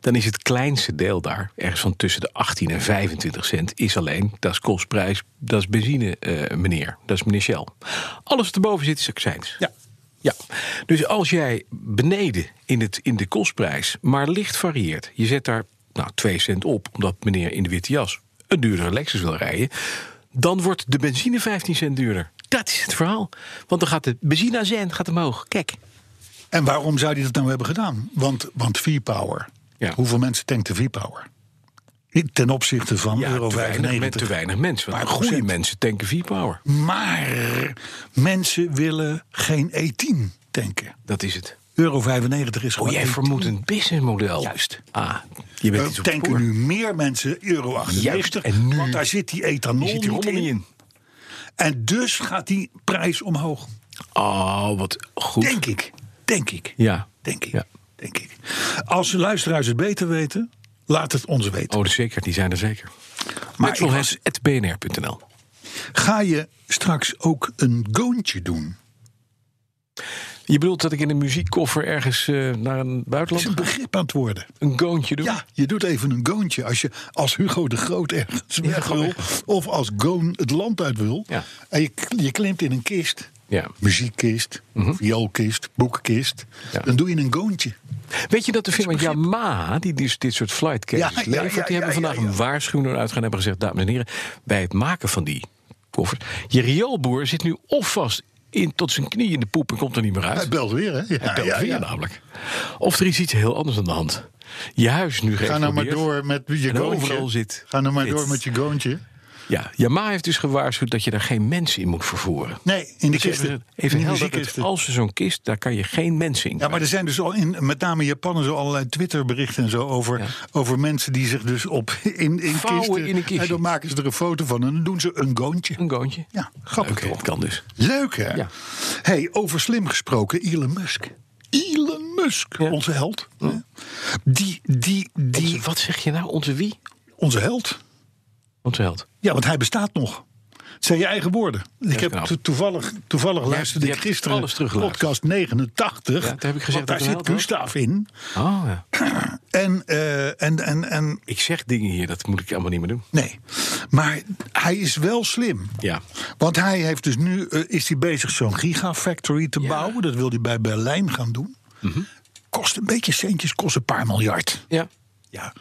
[SPEAKER 6] dan is het kleinste deel daar, ergens van tussen de 18 en 25 cent... is alleen, dat is kostprijs, dat is benzine, eh, meneer. Dat is meneer Shell. Alles wat erboven zit is accijns.
[SPEAKER 2] Ja.
[SPEAKER 6] Ja, dus als jij beneden in, het, in de kostprijs maar licht varieert... je zet daar nou, 2 cent op, omdat meneer in de witte jas... een duurdere Lexus wil rijden... dan wordt de benzine 15 cent duurder. Dat is het verhaal. Want dan gaat de benzineazijn gaat omhoog. Kijk.
[SPEAKER 2] En waarom zou hij dat nou hebben gedaan? Want, want V-Power.
[SPEAKER 6] Ja.
[SPEAKER 2] Hoeveel mensen tankt de V-Power? Ten opzichte van euro
[SPEAKER 6] te weinig, met te
[SPEAKER 2] 95.
[SPEAKER 6] weinig mensen. Want
[SPEAKER 2] Maar
[SPEAKER 6] goede
[SPEAKER 2] procent.
[SPEAKER 6] mensen tanken V-Power.
[SPEAKER 2] Maar mensen willen geen E10 tanken.
[SPEAKER 6] Dat is het.
[SPEAKER 2] Euro 95 is gewoon E
[SPEAKER 6] Oh, jij
[SPEAKER 2] E10.
[SPEAKER 6] vermoedt een businessmodel.
[SPEAKER 2] Juist.
[SPEAKER 6] Ah, je bent
[SPEAKER 2] Er
[SPEAKER 6] iets op het
[SPEAKER 2] tanken
[SPEAKER 6] spoor.
[SPEAKER 2] nu meer mensen euro 98.
[SPEAKER 6] Juist, en nu-
[SPEAKER 2] want daar zit die ethanol
[SPEAKER 6] Je zit hier
[SPEAKER 2] niet
[SPEAKER 6] allemaal
[SPEAKER 2] in.
[SPEAKER 6] niet in.
[SPEAKER 2] En dus gaat die prijs omhoog.
[SPEAKER 6] Oh, wat goed.
[SPEAKER 2] Denk ik. Denk ik.
[SPEAKER 6] Ja.
[SPEAKER 2] Denk ik.
[SPEAKER 6] Ja.
[SPEAKER 2] Denk ik. Als de luisteraars het beter weten, laat het ons weten.
[SPEAKER 6] Oh, dat is zeker. Die zijn er zeker.
[SPEAKER 2] Maar ik was-
[SPEAKER 6] Metzelhens.bnr.nl
[SPEAKER 2] Ga je straks ook een goontje doen?
[SPEAKER 6] Je bedoelt dat ik in een muziekkoffer ergens eh, naar een
[SPEAKER 2] Dat is
[SPEAKER 6] buitenland
[SPEAKER 2] een
[SPEAKER 6] ga?
[SPEAKER 2] begrip aan het worden.
[SPEAKER 6] een goontje doe?
[SPEAKER 2] Ja, je doet even een goontje. Als je als Hugo de Groot ergens weg wil. Of als Goon het land uit wil.
[SPEAKER 6] Ja.
[SPEAKER 2] En je, je klimt in een kist.
[SPEAKER 6] Ja. Mhm.
[SPEAKER 2] Muziekkist, vioolkist, boekenkist.
[SPEAKER 6] Ja.
[SPEAKER 2] Dan doe je een goontje.
[SPEAKER 6] Weet je dat de firma Yamaha, die dus dit soort flight cases
[SPEAKER 2] Ja, ja,
[SPEAKER 6] levert...
[SPEAKER 2] ja,
[SPEAKER 6] die hebben
[SPEAKER 2] ja,
[SPEAKER 6] vandaag
[SPEAKER 2] ja, ja.
[SPEAKER 6] een waarschuwing uitgaan en hebben gezegd... dames en heren, bij het maken van die koffers... je rioolboer zit nu of vast in, tot zijn knie in de poep en komt er niet meer uit.
[SPEAKER 2] Hij belt weer, hè? Ja,
[SPEAKER 6] Hij belt
[SPEAKER 2] ja,
[SPEAKER 6] weer Nou,
[SPEAKER 2] ja.
[SPEAKER 6] namelijk. Of er is iets heel anders aan de hand. Je huis is nu
[SPEAKER 2] Ga nou maar
[SPEAKER 6] geëxplodeerd.
[SPEAKER 2] door met je
[SPEAKER 6] En overal
[SPEAKER 2] goontje.
[SPEAKER 6] zit
[SPEAKER 2] Ga nou maar
[SPEAKER 6] dit.
[SPEAKER 2] door met je goontje.
[SPEAKER 6] Ja, Yamaha heeft dus gewaarschuwd dat je daar geen mensen in moet vervoeren.
[SPEAKER 2] Nee, in de
[SPEAKER 6] Dus even-
[SPEAKER 2] kisten. In de
[SPEAKER 6] Even helder, dat
[SPEAKER 2] muziekkisten.
[SPEAKER 6] als je zo'n kist, daar kan je geen mensen in.
[SPEAKER 2] Ja, maar er zijn dus al in, met name in Japan, zo allerlei Twitterberichten en zo over,
[SPEAKER 6] Ja.
[SPEAKER 2] over mensen die zich dus op in, in
[SPEAKER 6] Vouwen
[SPEAKER 2] kisten.
[SPEAKER 6] in een kistje.
[SPEAKER 2] En dan maken ze er een foto van en dan doen ze een goontje.
[SPEAKER 6] Een goontje.
[SPEAKER 2] Ja, grappig
[SPEAKER 6] Oké,
[SPEAKER 2] toch?
[SPEAKER 6] dat kan dus.
[SPEAKER 2] Leuk hè?
[SPEAKER 6] Ja.
[SPEAKER 2] Hey, over slim gesproken, Elon Musk. Elon Musk,
[SPEAKER 6] Ja.
[SPEAKER 2] onze held. hè? Die, die, die,
[SPEAKER 6] Onze- wat zeg je nou? Onze wie?
[SPEAKER 2] onze held.
[SPEAKER 6] Onze held.
[SPEAKER 2] Ja, want hij bestaat nog. Het zijn je eigen woorden. Ik heb
[SPEAKER 6] knap.
[SPEAKER 2] to- toevallig, toevallig luisterde
[SPEAKER 6] je
[SPEAKER 2] ik
[SPEAKER 6] hebt
[SPEAKER 2] gisteren
[SPEAKER 6] alles teruggeluisterd.
[SPEAKER 2] podcast 89.
[SPEAKER 6] Ja, toen heb ik gezegd
[SPEAKER 2] want daar
[SPEAKER 6] dat het
[SPEAKER 2] zit
[SPEAKER 6] een held
[SPEAKER 2] Gustav in.
[SPEAKER 6] Oh, ja.
[SPEAKER 2] En, eh, en, en, en
[SPEAKER 6] Ik zeg dingen hier, dat moet ik allemaal niet meer doen.
[SPEAKER 2] nee, maar hij is wel slim.
[SPEAKER 6] Ja.
[SPEAKER 2] Want hij heeft dus nu eh, is hij bezig zo'n gigafactory te bouwen. Dat wil hij bij Berlijn gaan doen.
[SPEAKER 6] Mhm.
[SPEAKER 2] Kost een beetje centjes, kost een paar miljard.
[SPEAKER 6] Ja.
[SPEAKER 2] Ja.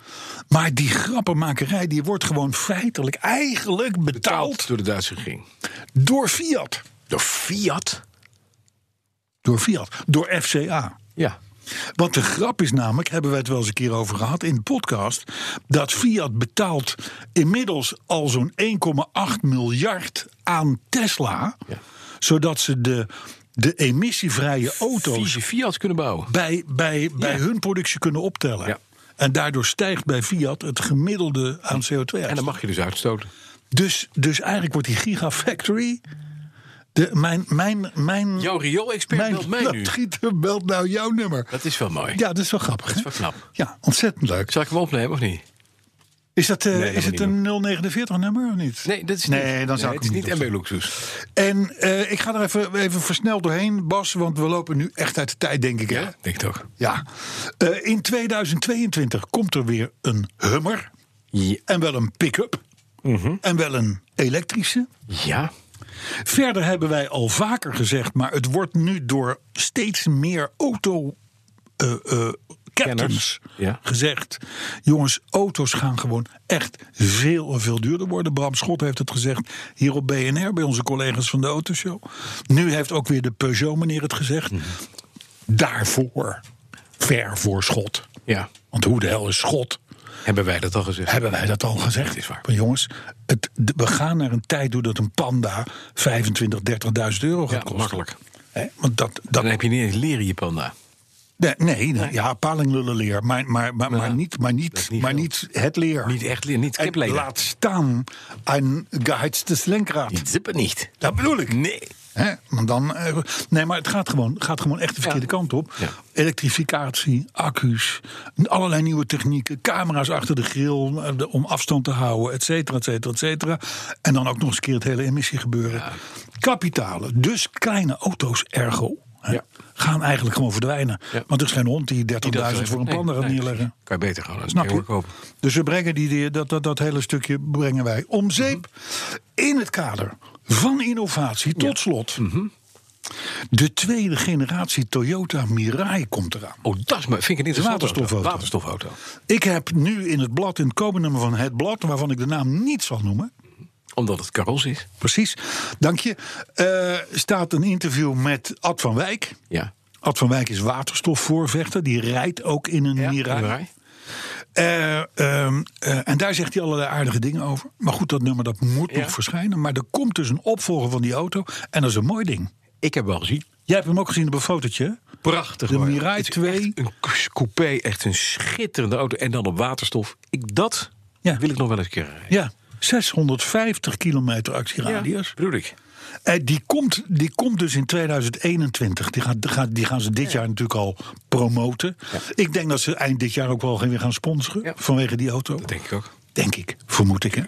[SPEAKER 2] Maar die grappenmakerij die wordt gewoon feitelijk eigenlijk betaald
[SPEAKER 6] Door de Duitse regering.
[SPEAKER 2] door Fiat.
[SPEAKER 6] Door Fiat?
[SPEAKER 2] Door Fiat, door FCA.
[SPEAKER 6] Ja.
[SPEAKER 2] Want de grap is namelijk, hebben wij het wel eens een keer over gehad in de podcast, dat Fiat betaalt inmiddels al zo'n 1,8 miljard aan Tesla,
[SPEAKER 6] Ja.
[SPEAKER 2] zodat ze de, de emissievrije auto's
[SPEAKER 6] Vieze Fiat kunnen bouwen.
[SPEAKER 2] bij, bij, bij
[SPEAKER 6] Ja.
[SPEAKER 2] hun productie kunnen optellen.
[SPEAKER 6] Ja.
[SPEAKER 2] En daardoor stijgt bij Fiat het gemiddelde aan CO2
[SPEAKER 6] En
[SPEAKER 2] uit.
[SPEAKER 6] dan mag je dus uitstoten.
[SPEAKER 2] Dus, dus eigenlijk wordt die Gigafactory. De, mijn, mijn, mijn,
[SPEAKER 6] Jouw rioolexpert
[SPEAKER 2] mijn
[SPEAKER 6] belt mij nu.
[SPEAKER 2] loodgieter belt nou jouw nummer.
[SPEAKER 6] Dat is wel mooi.
[SPEAKER 2] Ja, dat is wel grappig.
[SPEAKER 6] Dat is wel
[SPEAKER 2] hè?
[SPEAKER 6] knap.
[SPEAKER 2] Ja, ontzettend leuk.
[SPEAKER 6] Zal ik hem opnemen of niet?
[SPEAKER 2] Is, dat, eh,
[SPEAKER 6] dat
[SPEAKER 2] is
[SPEAKER 6] moet
[SPEAKER 2] het
[SPEAKER 6] niet
[SPEAKER 2] een 049-nummer of niet?
[SPEAKER 6] Nee, dat is
[SPEAKER 2] Nee,
[SPEAKER 6] niet.
[SPEAKER 2] dan zou ik
[SPEAKER 6] het
[SPEAKER 2] hem
[SPEAKER 6] is niet dus,
[SPEAKER 2] niet
[SPEAKER 6] MB Luxus.
[SPEAKER 2] En eh, ik ga er even, even versneld doorheen, Bas, want we lopen nu echt uit de tijd, denk ik. Hè?
[SPEAKER 6] Ja, denk ik ook.
[SPEAKER 2] Ja. Eh, in 2022 komt er weer een Hummer.
[SPEAKER 6] Ja.
[SPEAKER 2] En wel een pick-up.
[SPEAKER 6] Mhm.
[SPEAKER 2] En wel een elektrische.
[SPEAKER 6] Ja.
[SPEAKER 2] Verder hebben wij al vaker gezegd, maar het wordt nu door steeds meer auto. eh, eh, Captains
[SPEAKER 6] Kenners, ja.
[SPEAKER 2] gezegd. Jongens, auto's gaan gewoon echt veel en veel duurder worden. Bram Schot heeft het gezegd hier op BNR bij onze collega's van de Autoshow. Nu heeft ook weer de Peugeot-meneer het gezegd.
[SPEAKER 6] Mhm.
[SPEAKER 2] Daarvoor, ver voor Schot.
[SPEAKER 6] Ja.
[SPEAKER 2] Want hoe de hel is Schot?
[SPEAKER 6] Hebben wij dat al gezegd?
[SPEAKER 2] Hebben wij dat al gezegd?
[SPEAKER 6] is waar.
[SPEAKER 2] Maar jongens, het, de- we gaan naar een tijd toe dat een panda 25, 30.000 euro gaat
[SPEAKER 6] Ja,
[SPEAKER 2] kosten.
[SPEAKER 6] makkelijk.
[SPEAKER 2] Hè, want dat, dat,
[SPEAKER 6] Dan heb je niet eens leren je panda.
[SPEAKER 2] nee, nee, nee, ja, palinglullenleer. Maar, maar, maar, maar,
[SPEAKER 6] Ja,
[SPEAKER 2] niet, maar,
[SPEAKER 6] dat is
[SPEAKER 2] niet,
[SPEAKER 6] niet
[SPEAKER 2] maar
[SPEAKER 6] veel.
[SPEAKER 2] niet het leer.
[SPEAKER 6] Niet echt leren, niet
[SPEAKER 2] en
[SPEAKER 6] kipleden.
[SPEAKER 2] laat staan een geheiztes Lenkrad.
[SPEAKER 6] Die zippen niet.
[SPEAKER 2] Dat bedoel ik.
[SPEAKER 6] Nee.
[SPEAKER 2] Hè, want dan, eh, nee, maar het gaat gewoon, gaat gewoon echt de verkeerde
[SPEAKER 6] Ja.
[SPEAKER 2] kant op.
[SPEAKER 6] Ja.
[SPEAKER 2] Elektrificatie, accu's, allerlei nieuwe technieken, camera's achter de grill eh, de- om afstand te houden, et cetera, et cetera, et cetera. En dan ook nog eens een keer het hele emissiegebeuren. Kapitalen, dus kleine auto's ergo, hè,
[SPEAKER 6] Ja.
[SPEAKER 2] gaan eigenlijk gewoon verdwijnen.
[SPEAKER 6] Ja.
[SPEAKER 2] Want er is geen hond die 30.000
[SPEAKER 6] Die dat
[SPEAKER 2] voor een
[SPEAKER 6] Nee,
[SPEAKER 2] panda gaat
[SPEAKER 6] nee.
[SPEAKER 2] neerleggen.
[SPEAKER 6] Kan je beter gewoon een
[SPEAKER 2] Snap
[SPEAKER 6] Snap
[SPEAKER 2] je?
[SPEAKER 6] kopen.
[SPEAKER 2] Dus we brengen die, die- dat, dat, dat hele stukje brengen wij om zeep. In het kader van innovatie, tot slot.
[SPEAKER 6] Mhm.
[SPEAKER 2] De tweede generatie Toyota Mirai komt eraan.
[SPEAKER 6] Oh, dat is maar, vind ik een interessante
[SPEAKER 2] Waterstofauto.
[SPEAKER 6] Waterstofauto.
[SPEAKER 2] Ik heb nu in het blad, in het komende nummer van het blad... waarvan ik de naam niet zal noemen,
[SPEAKER 6] Omdat het karos is.
[SPEAKER 2] precies, dank je... eh, staat een interview met Ad van Wijk.
[SPEAKER 6] Ja.
[SPEAKER 2] Ad van Wijk is waterstofvoorvechter, die rijdt ook in een Mirai.
[SPEAKER 6] Mirai.
[SPEAKER 2] Eh, ehm, eh, en daar zegt hij allerlei aardige dingen over. Maar goed, dat nummer dat moet
[SPEAKER 6] Ja.
[SPEAKER 2] nog verschijnen. Maar er komt dus een opvolger van die auto. En dat is een mooi ding.
[SPEAKER 6] Ik heb wel gezien.
[SPEAKER 2] Jij hebt hem ook gezien op een fotootje. hè?
[SPEAKER 6] Prachtig.
[SPEAKER 2] De
[SPEAKER 6] hoor.
[SPEAKER 2] Mirai
[SPEAKER 6] Het is
[SPEAKER 2] 2.
[SPEAKER 6] echt Een k- coupé, echt een schitterende auto. En dan op waterstof. Ik, dat
[SPEAKER 2] Ja.
[SPEAKER 6] wil ik nog wel eens een keer rijden.
[SPEAKER 2] Ja, 650 kilometer actieradius.
[SPEAKER 6] bedoel ik.
[SPEAKER 2] Eh, die, komt, die komt dus in 2021. Die, gaat, die, gaat- die gaan ze dit jaar natuurlijk al promoten. Ik denk dat ze eind dit jaar ook wel weer gaan sponsoren.
[SPEAKER 6] Ja.
[SPEAKER 2] Vanwege die auto.
[SPEAKER 6] Dat denk ik ook.
[SPEAKER 2] Denk ik, vermoed ik. Hè?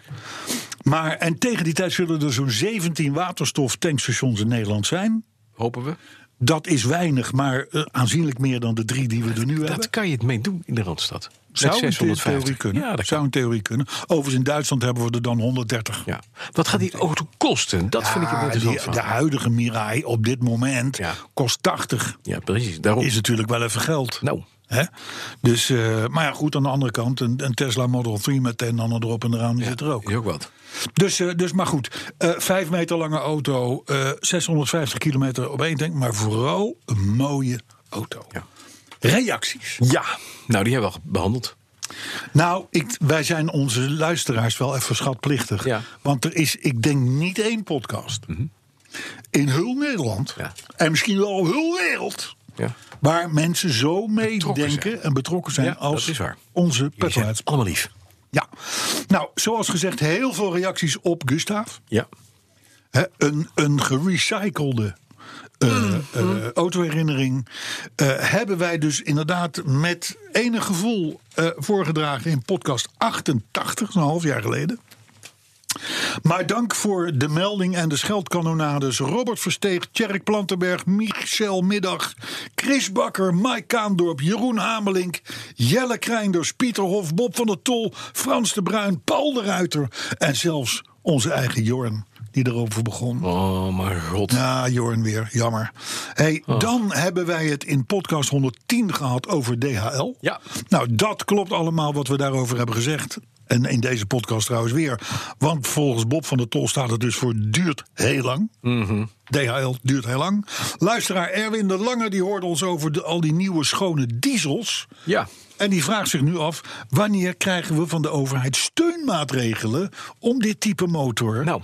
[SPEAKER 2] Maar en tegen die tijd zullen er zo'n 17 waterstoftankstations in Nederland zijn.
[SPEAKER 6] Hopen we.
[SPEAKER 2] Dat is weinig, maar eh, aanzienlijk meer dan de drie die we er nu hebben.
[SPEAKER 6] Dat kan je het mee doen in de Randstad. Met
[SPEAKER 2] Zou in theorie kunnen.
[SPEAKER 6] Ja, dat
[SPEAKER 2] Zou in theorie kunnen. Overigens, in Duitsland hebben we er dan 130.
[SPEAKER 6] Ja. Wat gaat die auto kosten? Dat vind ik het
[SPEAKER 2] Ah,
[SPEAKER 6] interessant.
[SPEAKER 2] die-
[SPEAKER 6] van.
[SPEAKER 2] de huidige Mirai op dit moment
[SPEAKER 6] Ja.
[SPEAKER 2] kost 80.
[SPEAKER 6] Ja, precies. Daarom.
[SPEAKER 2] Is natuurlijk wel even geld.
[SPEAKER 6] Nou.
[SPEAKER 2] Hè? Dus, eh, maar ja, goed, aan de andere kant, een, een Tesla Model 3 met een en ander erop en eraan die zit er ook.
[SPEAKER 6] Is ook wat.
[SPEAKER 2] Dus, eh, dus maar goed, eh vijf meter lange auto, eh 650 kilometer op één tank, maar vooral een mooie auto.
[SPEAKER 6] Ja.
[SPEAKER 2] Reacties.
[SPEAKER 6] ja, nou die hebben we al behandeld.
[SPEAKER 2] Nou, ik, wij zijn onze luisteraars wel even schatplichtig.
[SPEAKER 3] Ja. Mhm.
[SPEAKER 2] Want er is, ik denk, niet één podcast in heel Nederland...
[SPEAKER 3] Ja.
[SPEAKER 2] en misschien wel heel wereld...
[SPEAKER 3] Ja.
[SPEAKER 2] waar mensen zo meedenken
[SPEAKER 3] zijn.
[SPEAKER 2] en betrokken zijn
[SPEAKER 3] Ja,
[SPEAKER 2] als
[SPEAKER 3] dat is waar.
[SPEAKER 2] onze
[SPEAKER 3] Jullie zijn
[SPEAKER 2] petrolheads.
[SPEAKER 3] allemaal lief.
[SPEAKER 2] Ja. Nou, zoals gezegd, heel veel reacties op Gustav.
[SPEAKER 3] Ja.
[SPEAKER 2] Hè, een, een gerecyclede eh, eh, autoherinnering. eh, hebben wij dus inderdaad met enig gevoel eh, voorgedragen in podcast 88, een half jaar geleden. Maar dank voor de melding en de scheldkanonades. Robert Versteeg, Tjerk Plantenberg, Michel Middag, Chris Bakker, Mike Kaandorp, Jeroen Hamelink, Jelle Krijnders, Pieter Hof, Bob van der Tol, Frans de Bruin, Paul de Ruiter en zelfs onze eigen Jorn, die erover begon.
[SPEAKER 3] Oh, mijn god.
[SPEAKER 2] Ja, Jorn weer, jammer. Hey,
[SPEAKER 3] Oh.
[SPEAKER 2] Dan hebben wij het in podcast 110 gehad over DHL.
[SPEAKER 3] Ja.
[SPEAKER 2] Nou, dat klopt allemaal wat we daarover hebben gezegd. En in deze podcast trouwens weer. Want volgens Bob van der Tol staat het dus voor duurt heel lang.
[SPEAKER 3] Mhm.
[SPEAKER 2] DHL duurt heel lang. Luisteraar Erwin de Lange die hoorde ons over de, al die nieuwe schone diesels.
[SPEAKER 3] Ja.
[SPEAKER 2] En die vraagt zich nu af, wanneer krijgen we van de overheid steunmaatregelen om dit type motor?
[SPEAKER 3] Nou,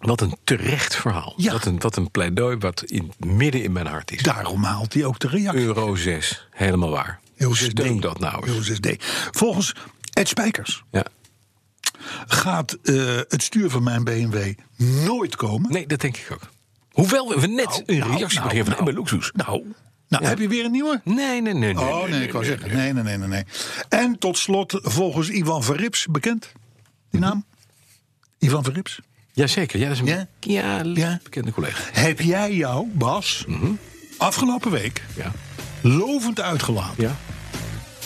[SPEAKER 3] wat een terecht verhaal.
[SPEAKER 2] Ja.
[SPEAKER 3] Wat, een, wat een pleidooi wat in, midden in mijn hart is.
[SPEAKER 2] Daarom haalt hij ook de reactie.
[SPEAKER 3] Euro 6, helemaal waar.
[SPEAKER 2] Euro 6D.
[SPEAKER 3] Steun dat nou eens.
[SPEAKER 2] Euro 6D. Volgens Ed Spijkers
[SPEAKER 3] Ja.
[SPEAKER 2] gaat eh, het stuur van mijn BMW nooit komen.
[SPEAKER 3] Nee, dat denk ik ook. Hoewel we net
[SPEAKER 2] Nou,
[SPEAKER 3] een
[SPEAKER 2] nou,
[SPEAKER 3] reactie
[SPEAKER 2] nou,
[SPEAKER 3] kregen van
[SPEAKER 2] nou.
[SPEAKER 3] Emma Luxus. Nou,
[SPEAKER 2] Nou, heb je weer een nieuwe?
[SPEAKER 3] nee, nee, nee. nee
[SPEAKER 2] Oh nee, ik wou zeggen. Nee, nee, nee, nee, nee. En tot slot, volgens Ivan Verrips, bekend die
[SPEAKER 3] Mhm.
[SPEAKER 2] naam? Ivan Verrips.
[SPEAKER 3] Jazeker, ja, dat is een
[SPEAKER 2] Ja?
[SPEAKER 3] ja,
[SPEAKER 2] Ja.
[SPEAKER 3] bekende collega.
[SPEAKER 2] Heb jij jou, Bas,
[SPEAKER 3] Mhm.
[SPEAKER 2] afgelopen week
[SPEAKER 3] Ja.
[SPEAKER 2] lovend uitgelaten
[SPEAKER 3] Ja.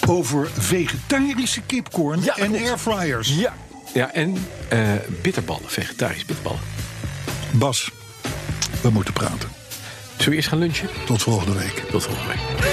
[SPEAKER 2] over vegetarische kipcorn
[SPEAKER 3] Ja,
[SPEAKER 2] en
[SPEAKER 3] klopt.
[SPEAKER 2] airfryers?
[SPEAKER 3] ja. Ja, en eh, bitterballen, vegetarisch bitterballen.
[SPEAKER 2] Bas, we moeten praten.
[SPEAKER 3] Zullen we eerst gaan lunchen?
[SPEAKER 2] Tot volgende week.
[SPEAKER 3] Tot volgende week.